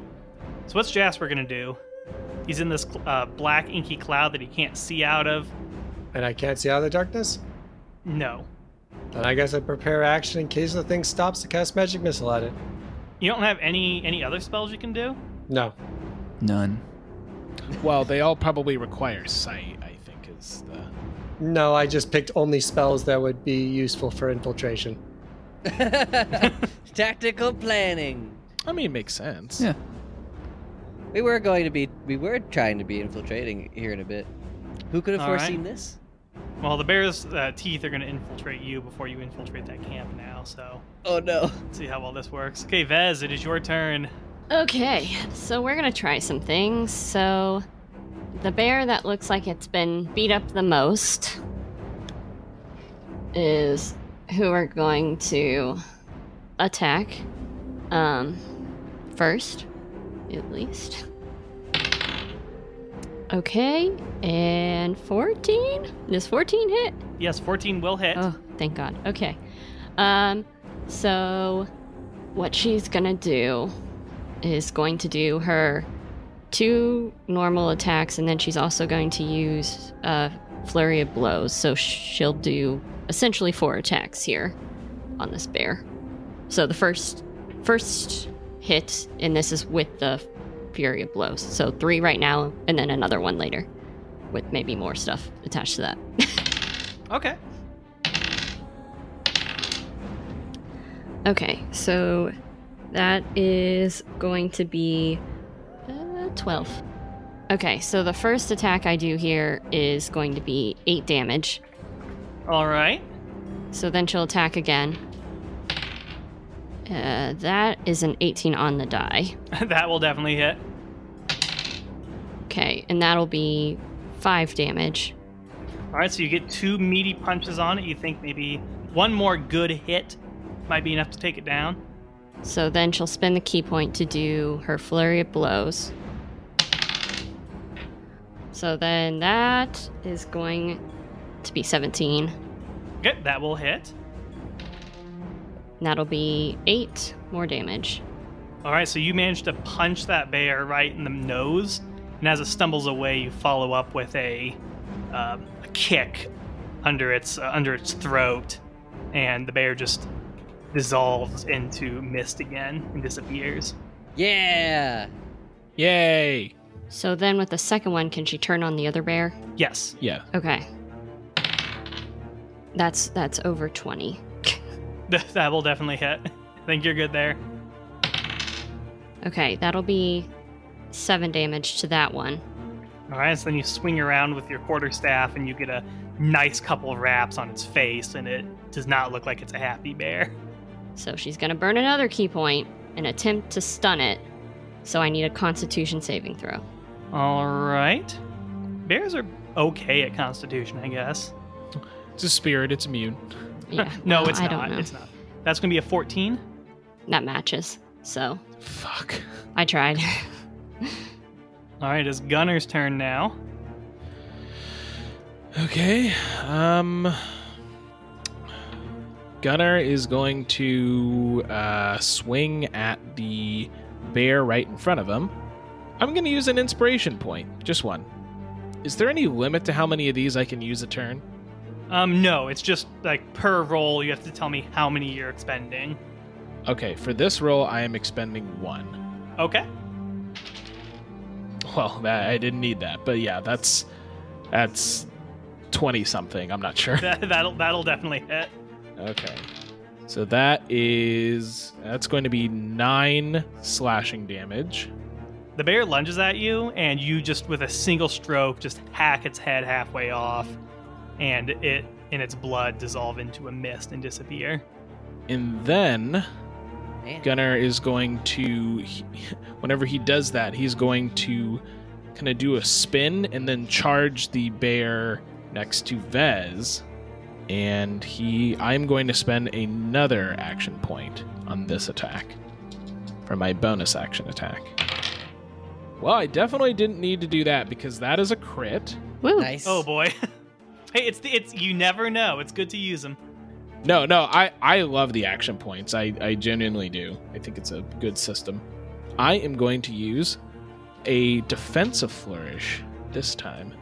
Speaker 1: So what's Jasper gonna do? He's in this cl- uh, black inky cloud that he can't see out of.
Speaker 6: And I can't see out of the darkness?
Speaker 1: No,
Speaker 6: Then I guess I prepare action in case the thing stops to cast magic missile at it.
Speaker 1: you don't have any any other spells you can do.
Speaker 6: No.
Speaker 3: None.
Speaker 2: Well, they all probably require sight, I think, is the.
Speaker 6: No, I just picked only spells that would be useful for infiltration.
Speaker 4: Tactical planning.
Speaker 2: I mean, it makes sense.
Speaker 3: Yeah.
Speaker 4: We were going to be, we were trying to be infiltrating here in a bit. Who could have
Speaker 1: All right.
Speaker 4: foreseen this?
Speaker 1: Well, the bear's uh, teeth are gonna infiltrate you before you infiltrate that camp now. So
Speaker 4: Oh no.
Speaker 1: let's see how well this works. Okay, Vez, it is your turn.
Speaker 5: Okay, so we're gonna try some things. So, the bear that looks like it's been beat up the most is who we're going to attack um, first, at least. Okay, and 14? Does 14 hit?
Speaker 1: Yes, 14 will hit.
Speaker 5: Oh, thank God. Okay. Um, so what she's gonna do is going to do her two normal attacks, and then she's also going to use a flurry of blows. So she'll do essentially four attacks here on this bear. So the first first hit, and this is with the fury of blows. So three right now, and then another one later, with maybe more stuff attached to that.
Speaker 1: Okay.
Speaker 5: Okay, so that is going to be uh, 12. Okay, so the first attack I do here is going to be 8 damage.
Speaker 1: All right.
Speaker 5: So then she'll attack again. Uh, that is an 18 on the die.
Speaker 1: that will definitely hit.
Speaker 5: Okay, and that'll be 5 damage.
Speaker 1: All right, so you get two meaty punches on it. You think maybe one more good hit might be enough to take it down.
Speaker 5: So then she'll spend the key point to do her flurry of blows. So then that is going to be 17.
Speaker 1: Okay, that will hit.
Speaker 5: And That'll be 8 more damage.
Speaker 1: All right, so you manage to punch that bear right in the nose, and as it stumbles away, you follow up with a, um, a kick under its uh, under its throat, and the bear just dissolves into mist again and disappears.
Speaker 4: Yeah.
Speaker 2: Yay!
Speaker 5: So then with the second one, can she turn on the other bear?
Speaker 1: Yes.
Speaker 2: Yeah.
Speaker 5: Okay. That's that's over 20.
Speaker 1: Th- That will definitely hit. I think you're good there.
Speaker 5: Okay, that'll be 7 damage to that one.
Speaker 1: All right, so then you swing around with your quarterstaff and you get a nice couple of wraps on its face, and it does not look like it's a happy bear.
Speaker 5: So she's going to burn another key point and attempt to stun it. So I need a constitution saving throw.
Speaker 1: All right. Bears are okay at Constitution, I guess.
Speaker 2: It's a spirit. It's immune.
Speaker 5: Yeah.
Speaker 1: no,
Speaker 5: well,
Speaker 1: it's
Speaker 5: I
Speaker 1: not.
Speaker 5: Don't know.
Speaker 1: It's not. That's going to be a 14.
Speaker 5: That matches. So
Speaker 2: Fuck.
Speaker 5: I tried.
Speaker 1: All right, it's Gunner's turn now.
Speaker 2: Okay. Um. Gunner is going to uh, swing at the bear right in front of him. I'm going to use an inspiration point, just one. Is there any limit to how many of these I can use a turn?
Speaker 1: Um, no, it's just like per roll, you have to tell me how many you're expending.
Speaker 2: Okay, for this roll, I am expending one.
Speaker 1: Okay.
Speaker 2: Well, that, I didn't need that, but yeah, that's that's twenty something. I'm not sure.
Speaker 1: That, that'll that'll definitely hit.
Speaker 2: Okay, so that is that's going to be nine slashing damage.
Speaker 1: The bear lunges at you, and you just with a single stroke just hack its head halfway off, and it and its blood dissolve into a mist and disappear.
Speaker 2: And then
Speaker 4: Man.
Speaker 2: Gunnar is going to, he- whenever he does that, he's going to kind of do a spin and then charge the bear next to Vez. And he, I'm going to spend another action point on this attack for my bonus action attack. Well, I definitely didn't need to do that because that is a crit.
Speaker 5: Woo.
Speaker 4: Nice.
Speaker 1: Oh boy. hey, it's the it's you never know. It's good to use them.
Speaker 2: No, no, I, I love the action points. I, I genuinely do. I think it's a good system. I am going to use a defensive flourish this time.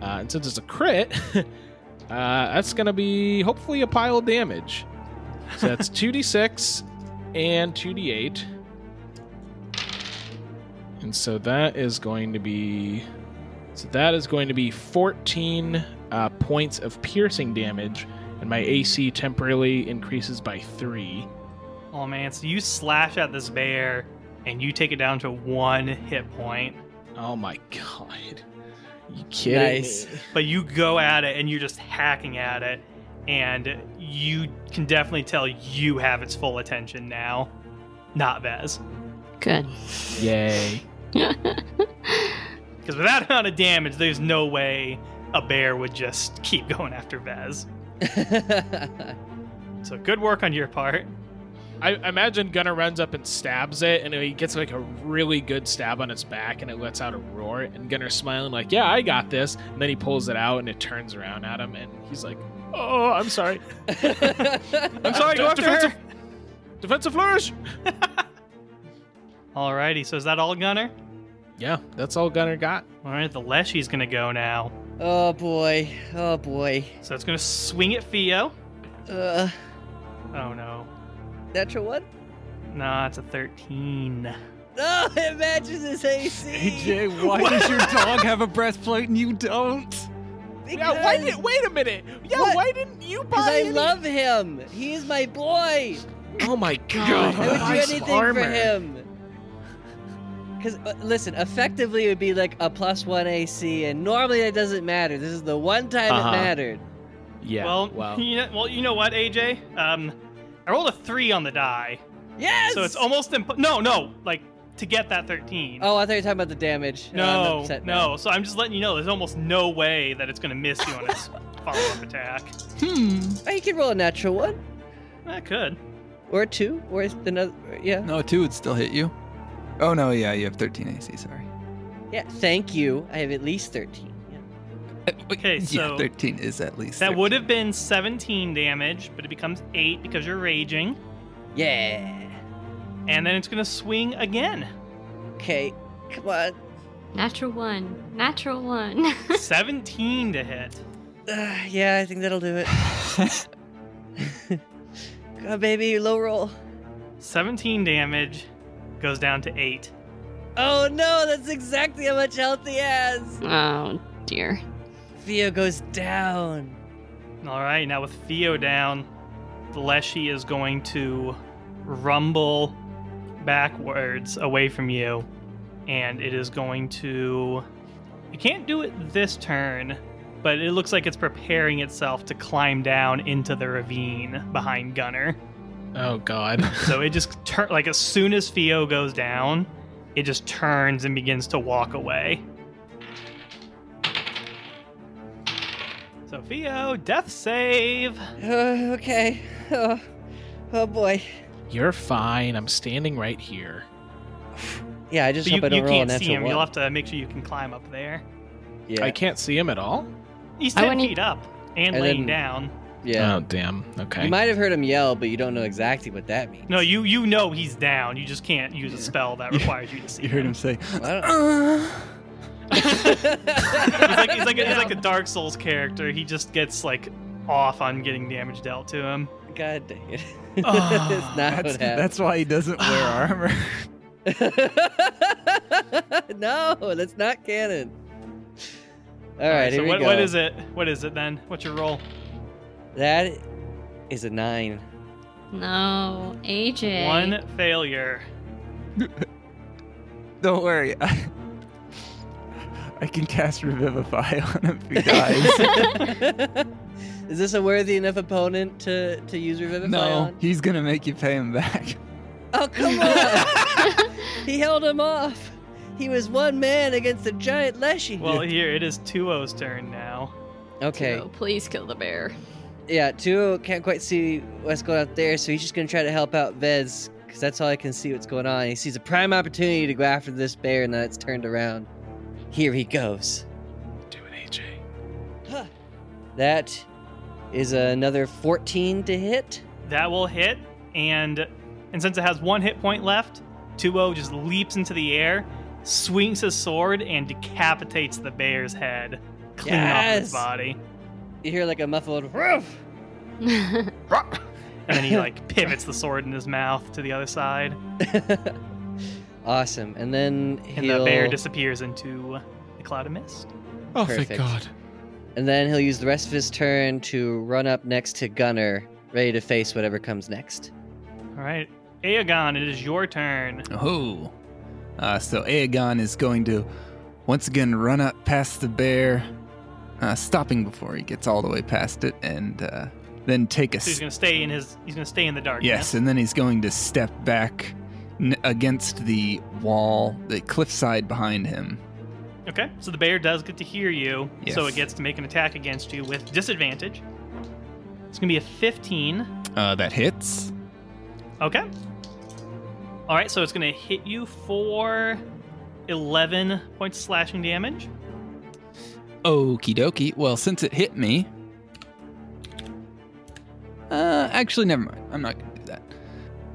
Speaker 2: Uh, and since it's a crit, uh, that's going to be hopefully a pile of damage. So that's 2d6 and 2d8. And so that is going to be. So that is going to be 14 uh, points of piercing damage and my AC temporarily increases by three.
Speaker 1: Oh man, so you slash at this bear and you take it down to one hit point,
Speaker 2: Oh my god! You kidding
Speaker 4: Nice.
Speaker 2: me?
Speaker 1: but you go at it and you're just hacking at it, and you can definitely tell you have its full attention now. Not Vez.
Speaker 5: Good.
Speaker 2: Yay!
Speaker 1: Because with that amount of damage, there's no way a bear would just keep going after Vez. So good work on your part.
Speaker 2: I I imagine Gunnar runs up and stabs it, and he gets like a really good stab on its back, and it lets out a roar. And Gunnar's smiling like, "Yeah, I got this." And then he pulls it out, and it turns around at him, and he's like, "Oh, I'm sorry.
Speaker 1: I'm sorry, go after her.
Speaker 2: Defensive flourish."
Speaker 1: Alrighty, so is that all, Gunner?
Speaker 2: Yeah, that's all Gunnar got.
Speaker 1: Alright, the Leshy's gonna go now.
Speaker 4: oh boy. Oh boy.
Speaker 1: So it's gonna swing at Theo.
Speaker 4: Uh,
Speaker 1: Oh no.
Speaker 4: natural one?
Speaker 1: Nah, it's a 13.
Speaker 4: No, Oh, it matches his AC.
Speaker 3: AJ, why does your dog have a breastplate and you don't?
Speaker 4: Because,
Speaker 2: wait a minute? Yeah,
Speaker 4: What?
Speaker 2: why didn't you
Speaker 4: because I love him. He is my boy.
Speaker 2: Oh my god!
Speaker 4: I would do
Speaker 2: nice
Speaker 4: anything
Speaker 2: armor.
Speaker 4: for him. Because uh, listen, effectively it would be like a plus one AC, and normally that doesn't matter. This is the one time
Speaker 2: Uh-huh.
Speaker 4: it mattered.
Speaker 2: Yeah.
Speaker 1: well,
Speaker 2: wow.
Speaker 1: you know, well, you know what, AJ? Um, I rolled a three on the die,
Speaker 4: Yes.
Speaker 1: so it's almost imp- no, no, like to get that 13.
Speaker 4: Oh, I thought you were talking about the damage. Oh, I'm
Speaker 1: no,
Speaker 4: upset now.
Speaker 1: no. So I'm just letting you know there's almost no way that it's going to miss you on its follow up attack.
Speaker 5: Hmm.
Speaker 4: Oh, you could roll a natural one
Speaker 1: I could.
Speaker 4: or a two or another. Yeah.
Speaker 3: No, two would still hit you. Uh, Oh no, yeah, you have 13 AC. Sorry.
Speaker 4: Yeah. Thank you. I have at least 13. Yeah.
Speaker 1: Okay, so-
Speaker 3: yeah, 13 is at least.
Speaker 1: That
Speaker 3: 13.
Speaker 1: would have been 17 damage, but it becomes 8 because you're raging.
Speaker 4: Yeah.
Speaker 1: And then it's going to swing again.
Speaker 4: Okay. Come on.
Speaker 5: Natural one. Natural one.
Speaker 1: 17 to hit.
Speaker 4: Uh, yeah, I think that'll do it. God, baby, low roll.
Speaker 1: 17 damage goes down to 8.
Speaker 4: Oh no, that's exactly how much health he has.
Speaker 5: oh dear.
Speaker 4: Theo goes down.
Speaker 1: All right, now with Theo down, Leshy is going to rumble backwards away from you, and it is going to. It can't do it this turn, but it looks like it's preparing itself to climb down into the ravine behind Gunner.
Speaker 2: Oh god.
Speaker 1: So it just turn like as soon as Theo goes down, it just turns and begins to walk away. So Theo, death save.
Speaker 4: Uh, okay. Oh, oh boy.
Speaker 2: You're fine. I'm standing right here.
Speaker 4: Yeah, I just
Speaker 1: So you,
Speaker 4: hope I don't
Speaker 1: you
Speaker 4: roll a
Speaker 1: can't
Speaker 4: natural
Speaker 1: see him.
Speaker 4: one.
Speaker 1: You'll have to make sure you can climb up there.
Speaker 4: yeah.
Speaker 2: I can't see him at all.
Speaker 1: He's
Speaker 5: I
Speaker 1: ten
Speaker 5: wouldn't-
Speaker 1: feet up and
Speaker 4: I
Speaker 1: laying
Speaker 4: didn't-
Speaker 1: down.
Speaker 4: yeah.
Speaker 2: Oh damn. Okay.
Speaker 4: You might have heard him yell, but you don't know exactly what that means.
Speaker 1: No, you you know he's down. You just can't use a
Speaker 3: Yeah.
Speaker 1: spell that
Speaker 3: You-
Speaker 1: requires you to see
Speaker 3: You heard him say. "Uh,
Speaker 4: I don't-
Speaker 1: he's like he's like, a, he's like a Dark Souls character. He just gets like off on getting damage dealt to him.
Speaker 4: God dang it.
Speaker 1: Oh,
Speaker 4: it's not
Speaker 3: That's,
Speaker 4: what happened.
Speaker 3: that's why he doesn't wear armor.
Speaker 4: no, that's not canon. All right,
Speaker 1: so
Speaker 4: here we
Speaker 1: what,
Speaker 4: go.
Speaker 1: what is it? What is it then? What's your roll?
Speaker 4: That is a nine.
Speaker 5: No, AJ.
Speaker 1: One failure.
Speaker 3: Don't worry. I, I can cast revivify on him if he dies.
Speaker 4: is this a worthy enough opponent to to use revivify
Speaker 3: no,
Speaker 4: on?
Speaker 3: he's gonna make you pay him back.
Speaker 4: Oh come on! he held him off. He was one man against a giant leshy.
Speaker 1: Well, here it is Tuo's turn now.
Speaker 4: okay,
Speaker 5: Oh, please kill the bear.
Speaker 4: yeah. Tuo can't quite see what's going on there, so he's just gonna try to help out Vez because that's all I can see what's going on. He sees a prime opportunity to go after this bear, and now it's turned around. Here he goes.
Speaker 2: Do it, AJ.
Speaker 4: Huh. That is another 14 to hit.
Speaker 1: That will hit, and and since it has one hit point left, Tuo just leaps into the air, swings his sword, and decapitates the bear's head, clean off
Speaker 4: Yes.
Speaker 1: his body.
Speaker 4: You hear like a muffled roof.
Speaker 1: And then he like pivots the sword in his mouth to the other side,
Speaker 4: awesome. And then
Speaker 1: and
Speaker 4: he'll
Speaker 1: the bear disappears into a cloud of mist.
Speaker 2: Oh
Speaker 4: Perfect. and then he'll use the rest of his turn to run up next to Gunner, ready to face whatever comes next.
Speaker 1: All right, Aegon, it is your turn.
Speaker 3: Oh. Uh, so Aegon is going to once again run up past the bear, uh, stopping before he gets all the way past it, and uh, then take a
Speaker 1: So he's
Speaker 3: s-
Speaker 1: gonna stay in his. He's gonna stay in the darkness.
Speaker 3: yes, and then he's going to step back n- against the wall, the cliffside behind him.
Speaker 1: Okay, so the bear does get to hear you, so
Speaker 3: Yes.
Speaker 1: it gets to make an attack against you with disadvantage. It's gonna be a 15.
Speaker 3: Uh, that hits.
Speaker 1: Okay. All right, so it's gonna hit you for 11 points of slashing damage.
Speaker 3: Okie dokie. Well, since it hit me, uh, actually, never mind. I'm not gonna do that.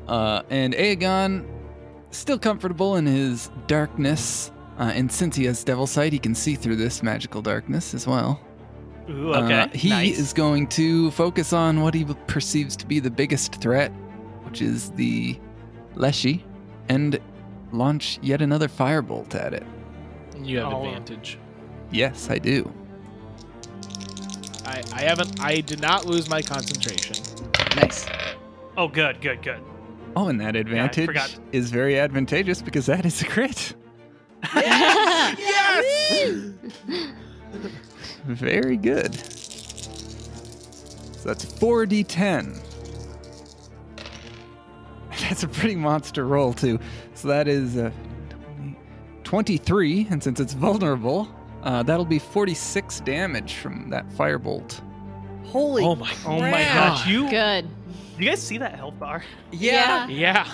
Speaker 3: Uh, and Aegon, still comfortable in his darkness, uh, and since he has devil sight, he can see through this magical darkness as well.
Speaker 1: Ooh, okay.
Speaker 3: Uh, he
Speaker 1: nice.
Speaker 3: is going to focus on what he perceives to be the biggest threat, which is the Leshy, and launch yet another firebolt at it.
Speaker 2: You have
Speaker 1: Oh.
Speaker 2: advantage.
Speaker 3: Yes, I do.
Speaker 2: I, I haven't I did not lose my concentration.
Speaker 4: Nice.
Speaker 1: Oh, good, good, good.
Speaker 3: Oh, and that
Speaker 1: I
Speaker 3: advantage
Speaker 1: forgot.
Speaker 3: is very advantageous because that is a crit. Very good. So that's 4d10. That's a pretty monster roll, too. So that is uh, 23, and since it's vulnerable, uh, that'll be 46 damage from that firebolt.
Speaker 4: Holy
Speaker 2: Oh my-
Speaker 1: Oh my
Speaker 4: crap.
Speaker 1: gosh, you
Speaker 5: Good.
Speaker 1: you guys see that health bar?
Speaker 4: Yeah.
Speaker 2: Yeah.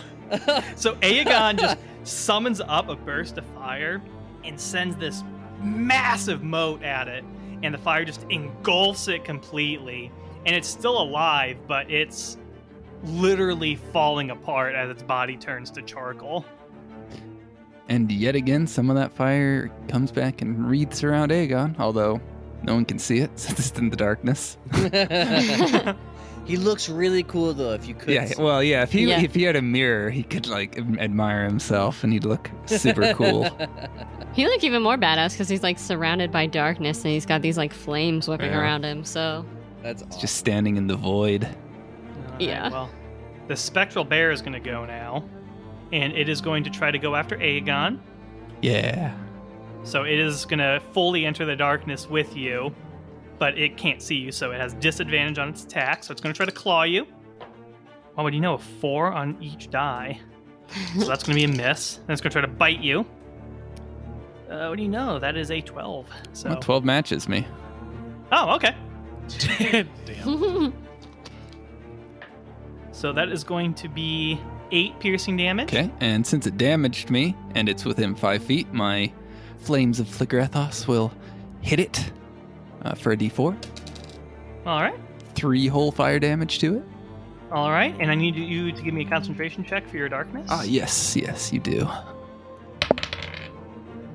Speaker 1: So Aegon just summons up a burst of fire and sends this massive moat at it, and the fire just engulfs it completely. And it's still alive, but it's literally falling apart as its body turns to charcoal.
Speaker 3: And yet again, some of that fire comes back and wreaths around Aegon, although no one can see it since it's in the darkness.
Speaker 4: he looks really cool though. If you could,
Speaker 3: Yeah, well, yeah. If he
Speaker 5: Yeah.
Speaker 3: if he had a mirror, he could like ad- admire himself, and he'd look super cool.
Speaker 5: he looked even more badass because he's like surrounded by darkness and he's got these like flames whipping
Speaker 3: Yeah.
Speaker 5: around him. So
Speaker 4: That's awesome.
Speaker 3: Just standing in the void.
Speaker 1: Alright,
Speaker 5: Yeah.
Speaker 1: Well, the spectral bear is going to go now, and it is going to try to go after Aegon.
Speaker 3: Yeah.
Speaker 1: So it is going to fully enter the darkness with you, but it can't see you, so it has disadvantage on its attack. So it's going to try to claw you. Why would you know? A four on each die. So that's going to be a miss. And it's going to try to bite you. Uh, what do you know? That is a 12. So.
Speaker 3: Well, Twelve matches me.
Speaker 1: Oh, okay.
Speaker 2: Damn.
Speaker 1: So that is going to be eight piercing damage.
Speaker 3: Okay, and since it damaged me, and it's within five feet, my flames of Fligrathos will hit it uh, for a D4.
Speaker 1: All right.
Speaker 3: Three whole fire damage to it.
Speaker 1: All right, and I need you to give me a concentration check for your darkness.
Speaker 3: Ah, yes, yes, you do.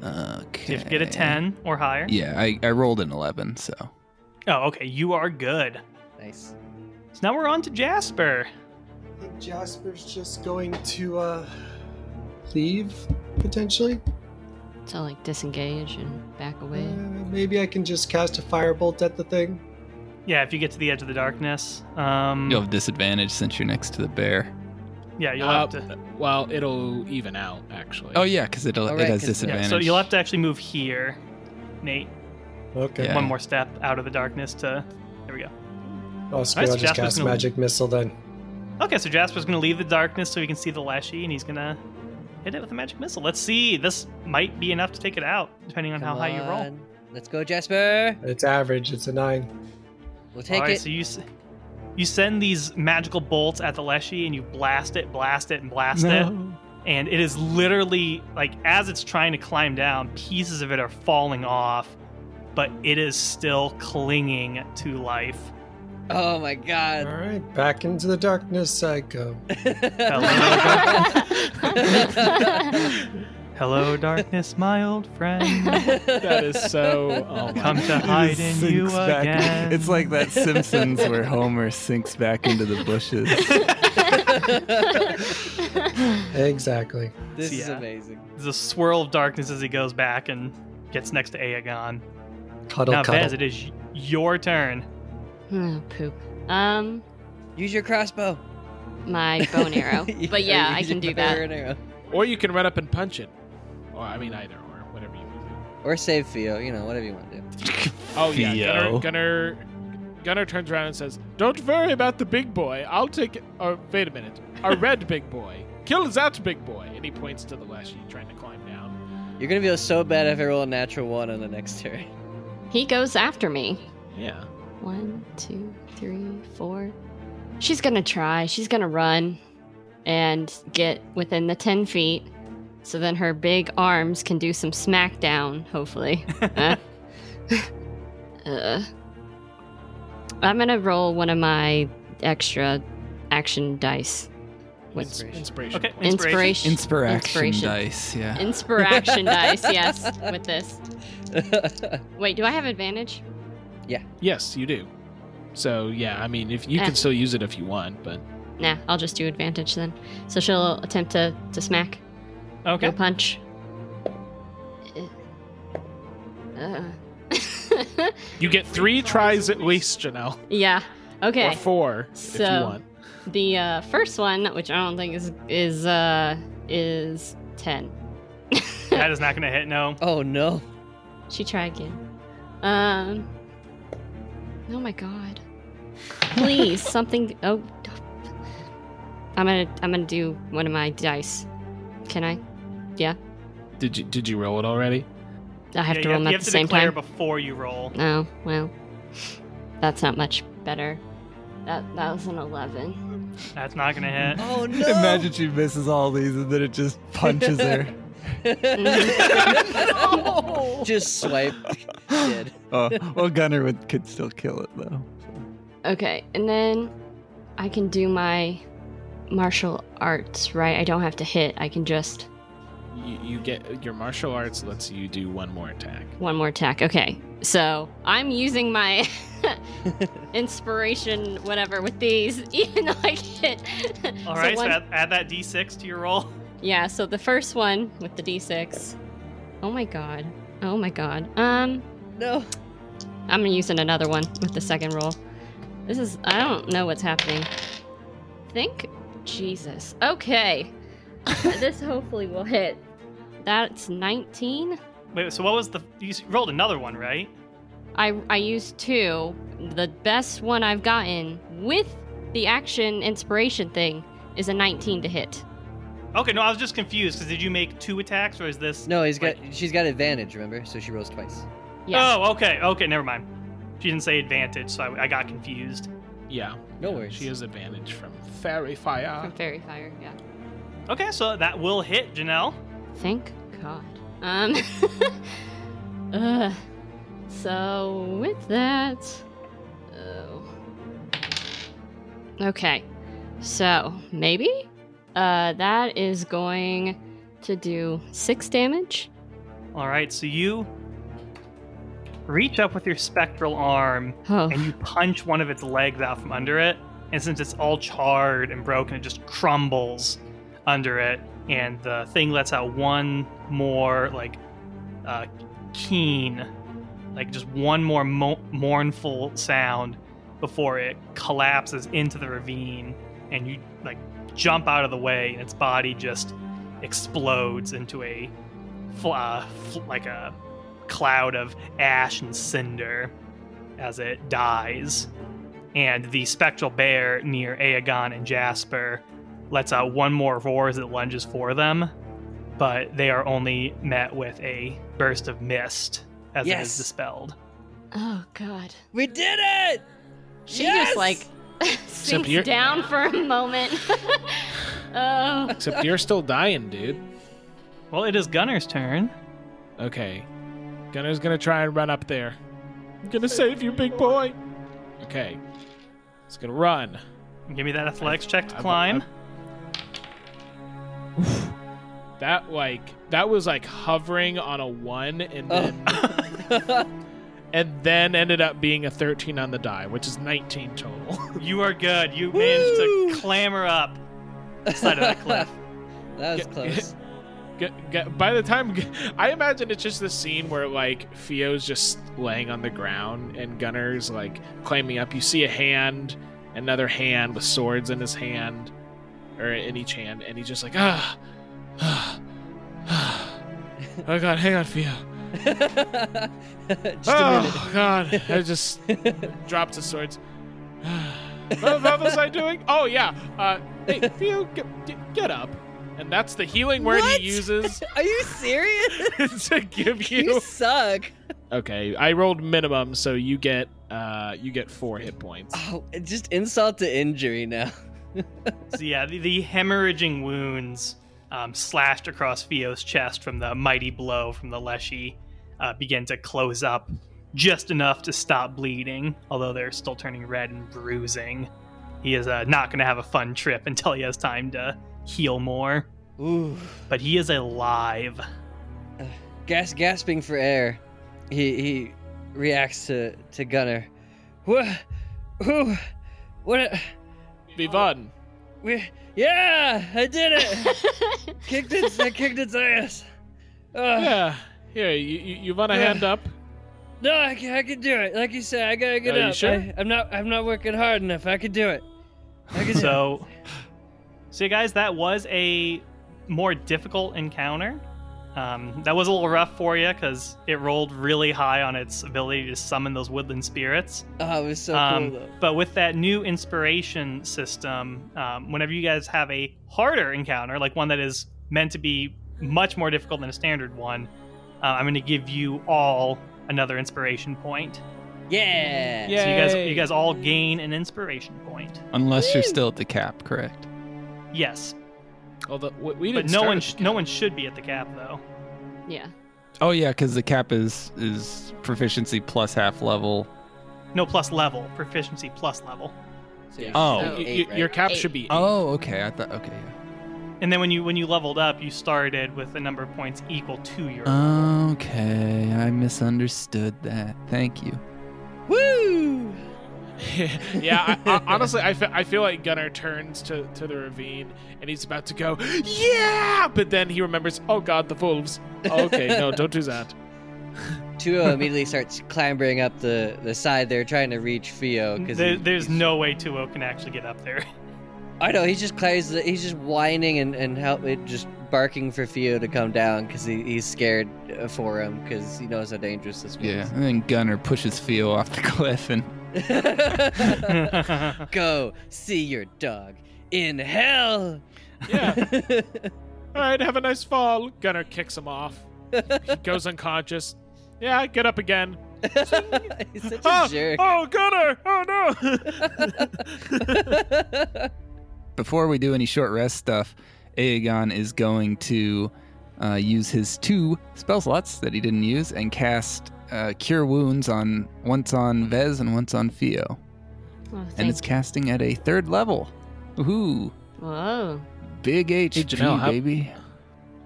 Speaker 1: So
Speaker 3: Okay.
Speaker 1: If you get a 10 or higher.
Speaker 3: Yeah, I, I rolled an 11, so.
Speaker 1: Oh, okay, you are good.
Speaker 4: nice.
Speaker 1: So now we're on to Jasper.
Speaker 6: I think Jasper's just going to uh, leave, potentially.
Speaker 5: to like disengage and back
Speaker 6: Uh,
Speaker 5: away.
Speaker 6: maybe I can just cast a firebolt at the thing.
Speaker 1: Yeah, if you get to the edge of the darkness. Um,
Speaker 3: You'll have disadvantage since you're next to the bear.
Speaker 1: yeah, you'll
Speaker 2: Uh,
Speaker 1: have to.
Speaker 2: Well, it'll even out actually.
Speaker 3: Oh, yeah, because it'll
Speaker 4: All
Speaker 3: it
Speaker 4: right,
Speaker 3: has
Speaker 4: 'cause- yeah,
Speaker 3: disadvantage.
Speaker 1: Yeah, so you'll have to actually move here, Nate,
Speaker 6: Okay.
Speaker 3: Yeah.
Speaker 1: one more step out of the darkness to. There we go.
Speaker 6: Oh, screw it,
Speaker 1: Nice,
Speaker 6: I'll just
Speaker 1: Jasper's
Speaker 6: cast
Speaker 1: gonna-
Speaker 6: magic missile then.
Speaker 1: Okay, so Jasper's going to leave the darkness so he can see the leshy, and he's going to hit it with a magic missile. Let's see. This might be enough to take it out, depending on how
Speaker 4: Come
Speaker 1: high you roll.
Speaker 4: on. Let's go, Jasper.
Speaker 6: It's average. It's a nine.
Speaker 4: We'll take
Speaker 3: Oh,
Speaker 1: All right,
Speaker 4: it.
Speaker 1: so you s- you send these magical bolts at the leshy, and you blast it, blast it, and blast it, and it is literally like as it's trying to climb down, pieces of it are falling off, but it is still clinging to life.
Speaker 4: Oh my
Speaker 6: All
Speaker 4: god.
Speaker 6: right, back into the darkness I go.
Speaker 1: Hello, darkness, my old friend.
Speaker 2: That is so. Oh my
Speaker 1: Come to hide in
Speaker 3: Sinks
Speaker 1: you
Speaker 3: back-
Speaker 1: again.
Speaker 3: It's like that Simpsons where Homer sinks back into the bushes.
Speaker 6: Exactly.
Speaker 4: This is
Speaker 1: Yeah.
Speaker 4: amazing.
Speaker 1: There's a swirl of darkness as he goes back and gets next to Aegon.
Speaker 6: Cuddle,
Speaker 1: Now, Vez,
Speaker 6: cuddle.
Speaker 1: it is your turn.
Speaker 5: Oh, poop. Um,
Speaker 4: Use your crossbow.
Speaker 5: my bone arrow. But yeah, I
Speaker 4: use
Speaker 5: can
Speaker 4: your
Speaker 5: do that.
Speaker 4: bow and arrow.
Speaker 2: Or you can run up and punch it. Or I mean, either or, whatever you want to do.
Speaker 4: Or save Theo. You know, whatever you want to do.
Speaker 2: Oh yeah, Gunner,
Speaker 3: Theo.
Speaker 2: Gunner, Gunner turns around and says, "Don't worry about the big boy. I'll take it. Or wait a minute, a red big boy. Kill that big boy." And he points to the leshy trying to climb down.
Speaker 4: You're gonna feel so bad if I roll a natural one on the next turn.
Speaker 5: He goes after me.
Speaker 2: Yeah.
Speaker 5: One, two, three, four. She's gonna try. She's gonna run and get within the 10 feet so then her big arms can do some smackdown, hopefully. Huh? uh, I'm gonna roll one of my extra action dice. What's-
Speaker 2: Ins- inspiration.
Speaker 4: Inspiration.
Speaker 1: Okay,
Speaker 5: Inspiration.
Speaker 3: Inspiration,
Speaker 5: Inspiration.
Speaker 3: dice, yeah.
Speaker 5: Inspiration dice, yes, with this. Wait, do I have advantage?
Speaker 2: Yes, you do. So yeah, I mean, if you
Speaker 5: Eh.
Speaker 2: can still use it if you want, but
Speaker 5: Nah, I'll just do advantage then. So she'll attempt to, to smack.
Speaker 1: Okay.
Speaker 5: No punch. Uh.
Speaker 2: you get three tries at least, Janelle,
Speaker 5: yeah.
Speaker 2: or
Speaker 5: Okay.
Speaker 2: four if you
Speaker 5: So-
Speaker 2: want.
Speaker 5: The uh, first one, which I don't think is is uh, is ten.
Speaker 1: That is not going to hit, no.
Speaker 4: oh no.
Speaker 5: She try again. Um. Oh my god. Please, something. Oh. I'm gonna I'm gonna do one of my dice. Can I?
Speaker 2: Did you did you roll it already?
Speaker 5: I have
Speaker 1: Yeah,
Speaker 5: to
Speaker 1: you
Speaker 5: roll
Speaker 1: you
Speaker 5: them at
Speaker 1: have
Speaker 5: the
Speaker 1: to
Speaker 5: same
Speaker 1: declare
Speaker 5: time.
Speaker 1: before you roll.
Speaker 5: Oh well, that's not much better. That that was an eleven.
Speaker 1: That's not gonna hit.
Speaker 4: Oh no!
Speaker 6: Imagine she misses all these and then it just punches her.
Speaker 4: Just swipe. Dead.
Speaker 6: Oh, well, Gunner would, could still kill it though.
Speaker 5: Okay, and then I can do my martial arts. Right, I don't have to hit. I can just
Speaker 2: You, you get your martial arts lets you do one more attack.
Speaker 5: one more attack. Okay, so I'm using my inspiration, whatever, with these, even though I can't.
Speaker 1: All right, so,
Speaker 5: one-
Speaker 1: add, add that d6 to your roll.
Speaker 5: Yeah, so the first one with the d6. Oh my god. Oh my god. Um,
Speaker 4: No.
Speaker 5: I'm using another one with the second roll. This is. I don't know what's happening. Think. Jesus. Okay. this hopefully will hit. That's 19.
Speaker 1: Wait, so what was the? You s- rolled another one, right?
Speaker 5: I, I used two. The best one I've gotten with the action inspiration thing is a 19 to hit.
Speaker 1: Okay, no, I was just confused because did you make two attacks or is this?
Speaker 4: No, he's got. She's got advantage. Remember, so she rolls twice.
Speaker 5: Yeah.
Speaker 1: Oh, okay, okay, never mind. She didn't say advantage, so I, I got confused.
Speaker 2: Yeah.
Speaker 4: No
Speaker 2: Yeah,
Speaker 4: worries.
Speaker 2: She has advantage from fairy fire.
Speaker 5: From fairy fire. Yeah.
Speaker 1: Okay, so that will hit Janelle.
Speaker 5: Thank God. Um. Ugh. so with that, oh. okay. So maybe uh, that is going to do six damage.
Speaker 1: All right, so you reach up with your spectral arm
Speaker 5: Oh,
Speaker 1: and you punch one of its legs out from under it. And since it's all charred and broken, it just crumbles under it. And the thing lets out one more, like, uh, keen, like just one more mo- mournful sound before it collapses into the ravine. And you, like, jump out of the way, and its body just explodes into a, fl- uh, fl- like, a cloud of ash and cinder as it dies. And the spectral bear near Aegon and Jasper lets out one more roar as it lunges for them, but they are only met with a burst of mist as it
Speaker 4: Yes.
Speaker 1: is dispelled.
Speaker 5: oh God.
Speaker 4: We did it.
Speaker 5: She
Speaker 4: Yes!
Speaker 5: just like sinks
Speaker 2: you're-
Speaker 5: down for a moment. oh.
Speaker 2: Except you're still dying, dude.
Speaker 1: Well, it is Gunner's turn.
Speaker 2: Okay. Gunner's gonna try and run up there. I'm gonna save you, big boy. Okay. He's gonna run.
Speaker 1: Give me that athletics check to
Speaker 2: I- I-
Speaker 1: climb.
Speaker 2: That like that was like hovering on a one and
Speaker 4: Oh.
Speaker 2: then and then ended up being a thirteen on the die, which is nineteen total.
Speaker 1: You are good. You managed to clamber up the side of that cliff.
Speaker 4: That was
Speaker 2: Get-
Speaker 4: close.
Speaker 2: G- g- by the time I imagine it's just the scene where like Fio's just laying on the ground and Gunner's like climbing up. You see a hand, another hand with swords in his hand, or in each hand, and he's just like ah, ah, ah. oh god, hang on, Fio.
Speaker 4: Just
Speaker 2: oh god, I just
Speaker 4: a minute.
Speaker 2: drops his swords. Ah. what, what was I doing? Oh yeah, uh, hey Fio, get, get, get up. And that's the healing word
Speaker 4: What?
Speaker 2: he uses
Speaker 4: Are you serious?
Speaker 2: to give
Speaker 4: You suck.
Speaker 2: Okay, I rolled minimum, so you get uh you get four hit points.
Speaker 4: Oh, just insult to injury now.
Speaker 1: So yeah, the, the hemorrhaging wounds um, slashed across Fio's chest from the mighty blow from the Leshy uh, begin to close up just enough to stop bleeding, although they're still turning red and bruising. He is uh, not going to have a fun trip until he has time to heal more,
Speaker 4: Ooh.
Speaker 1: but he is alive.
Speaker 4: Gas gasping for air. He he reacts to to Gunner. What? Who? What? a-
Speaker 2: Vivan,
Speaker 4: We? Yeah, I did it. kicked its I kicked its ass. Ugh.
Speaker 2: yeah, here you you, you want a
Speaker 4: Yeah.
Speaker 2: hand up?
Speaker 4: No, I can, I can do it. Like you said, I gotta get
Speaker 2: Are you
Speaker 4: up.
Speaker 2: sure?
Speaker 4: I, am not. I'm not working hard enough. I can do it. I can do
Speaker 1: So, so you guys, that was a more difficult encounter. Um, that was a little rough for you because it rolled really high on its ability to summon those woodland spirits.
Speaker 4: Oh, it was so
Speaker 1: Um,
Speaker 4: cool though.
Speaker 1: But with that new inspiration system, um, whenever you guys have a harder encounter, like one that is meant to be much more difficult than a standard one, uh, I'm going to give you all another inspiration point.
Speaker 4: Yeah.
Speaker 2: Yeah.
Speaker 1: So you guys,
Speaker 2: Yay.
Speaker 1: you guys all gain an inspiration point.
Speaker 7: Unless you're
Speaker 4: Woo!
Speaker 7: still at the cap, correct?
Speaker 1: Yes,
Speaker 2: Although we, we
Speaker 1: but no
Speaker 2: didn't. start
Speaker 1: one,
Speaker 2: at
Speaker 1: sh-
Speaker 2: the
Speaker 1: no
Speaker 2: cap.
Speaker 1: one should be at the cap though.
Speaker 5: Yeah.
Speaker 7: Oh yeah, because the cap is is proficiency plus half level.
Speaker 1: No plus level, proficiency plus level.
Speaker 4: So you
Speaker 7: Oh.
Speaker 4: should
Speaker 2: You-
Speaker 4: have
Speaker 2: you-
Speaker 4: eight, right?
Speaker 2: Your cap
Speaker 5: Eight.
Speaker 2: should be. eight.
Speaker 7: Oh, okay. I thought okay. Yeah.
Speaker 1: And then when you when you leveled up, you started with a number of points equal to your.
Speaker 3: Oh,
Speaker 7: Okay, I misunderstood that. Thank you.
Speaker 4: Woo!
Speaker 2: yeah, I, I, honestly, I fe- I feel like Gunnar turns to, to the ravine and he's about to go, yeah, but then he remembers, oh god, the wolves. Okay, no, don't do that.
Speaker 4: Tuo immediately starts clambering up the, the side there, trying to reach Fio because
Speaker 1: There, there's no way Tuo can actually get up there.
Speaker 4: I know he's just claims that he's just whining and and help it just barking for Fio to come down because he, he's scared uh, for him because he knows how dangerous this
Speaker 7: Yeah,
Speaker 4: was.
Speaker 7: and then Gunner pushes Theo off the cliff, and
Speaker 4: Yeah. Go see your dog in hell.
Speaker 2: Yeah, all right, have a nice fall. Gunnar kicks him off. He goes unconscious. Yeah, get up again.
Speaker 4: he's such a
Speaker 2: Oh,
Speaker 4: jerk.
Speaker 2: oh, Gunnar! Oh no!
Speaker 3: Before we do any short rest stuff, Aegon is going to uh, use his two spell slots that he didn't use and cast uh, Cure Wounds on once on Vez and once on Fio,
Speaker 5: Well,
Speaker 3: and
Speaker 5: Oh,
Speaker 3: it's
Speaker 5: thank-
Speaker 3: casting at a third level. Woohoo!
Speaker 5: Whoa.
Speaker 3: Big HP,
Speaker 2: Janelle, how-
Speaker 3: baby.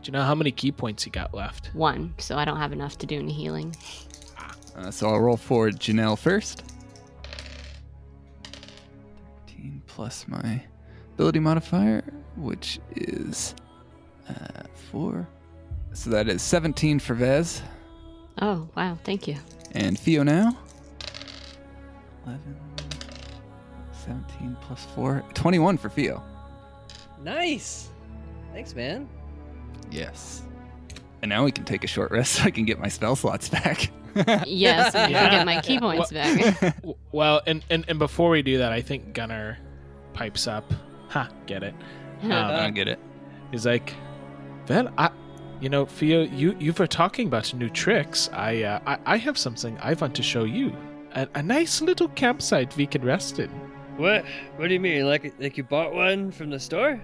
Speaker 2: Do you know how many key points he got left?
Speaker 5: One. So I don't have enough to do any healing.
Speaker 3: Uh, so I'll roll for Janelle first. 13 plus my ability modifier, which is uh, 4. So that is 17 for Vez.
Speaker 5: Oh, wow. Thank you.
Speaker 3: And Theo now. 11, 17 plus 4. 21 for Theo.
Speaker 4: nice. Thanks, man.
Speaker 3: Yes. And now we can take a short rest so I can get my spell slots back.
Speaker 5: Yes, I
Speaker 2: Yeah.
Speaker 5: can get my key points back.
Speaker 2: W- Well, and, and, and before we do that, I think Gunnar pipes up. Ha, get it.
Speaker 5: Huh.
Speaker 2: Um,
Speaker 3: get it.
Speaker 2: He's like, "Well, I, you know, Theo, you you were talking about new tricks. I uh, I, I have something I want to show you. A, a nice little campsite we can rest in.
Speaker 4: What? What do you mean? Like like you bought one from the store?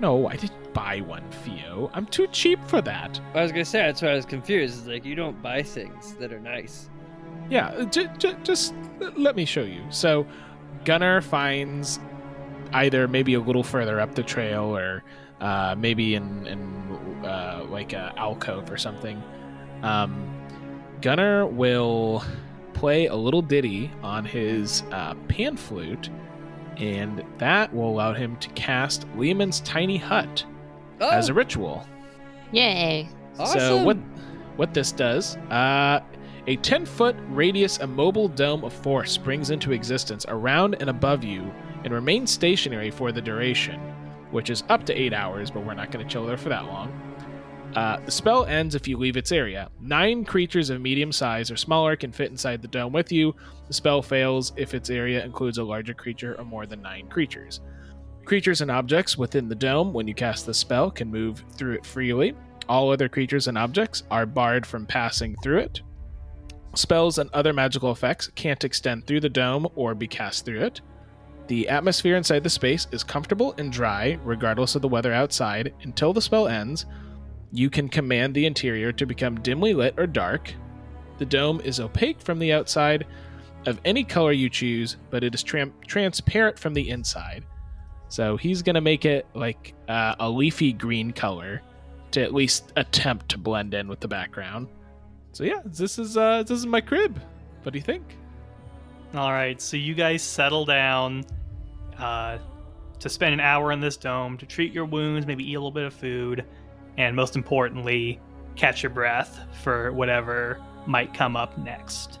Speaker 2: No, I didn't buy one, Theo. I'm too cheap for that.
Speaker 4: I was gonna say that's why I was confused. Is like you don't buy things that are nice.
Speaker 2: Yeah, j- j- just l- let me show you. So, Gunnar finds either maybe a little further up the trail or uh, maybe in, in uh, like a alcove or something. Um, Gunnar will play a little ditty on his uh, pan flute, and that will allow him to cast Lehman's tiny hut
Speaker 4: Oh,
Speaker 2: as a ritual.
Speaker 5: Yay.
Speaker 4: awesome.
Speaker 2: So what what this does? Uh, a 10 foot radius immobile dome of force springs into existence around and above you and remains stationary for the duration, which is up to eight hours, but we're not going to chill there for that long. Uh, the spell ends if you leave its area. Nine creatures of medium size or smaller can fit inside the dome with you. The spell fails if its area includes a larger creature or more than nine creatures. Creatures and objects within the dome, when you cast the spell, can move through it freely. All other creatures and objects are barred from passing through it. Spells and other magical effects can't extend through the dome or be cast through it. The atmosphere inside the space is comfortable and dry, regardless of the weather outside. Until the spell ends, you can command the interior to become dimly lit or dark. The dome is opaque from the outside of any color you choose, but it is tram- transparent from the inside. So he's going to make it like uh, a leafy green color to at least attempt to blend in with the background. So yeah, this is uh this is my crib. What do you think?
Speaker 1: All right, so you guys settle down uh, to spend an hour in this dome to treat your wounds, maybe eat a little bit of food, and most importantly, catch your breath for whatever might come up next.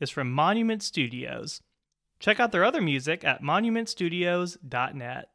Speaker 1: is from Monument Studios. Check out their other music at monumentstudios.net.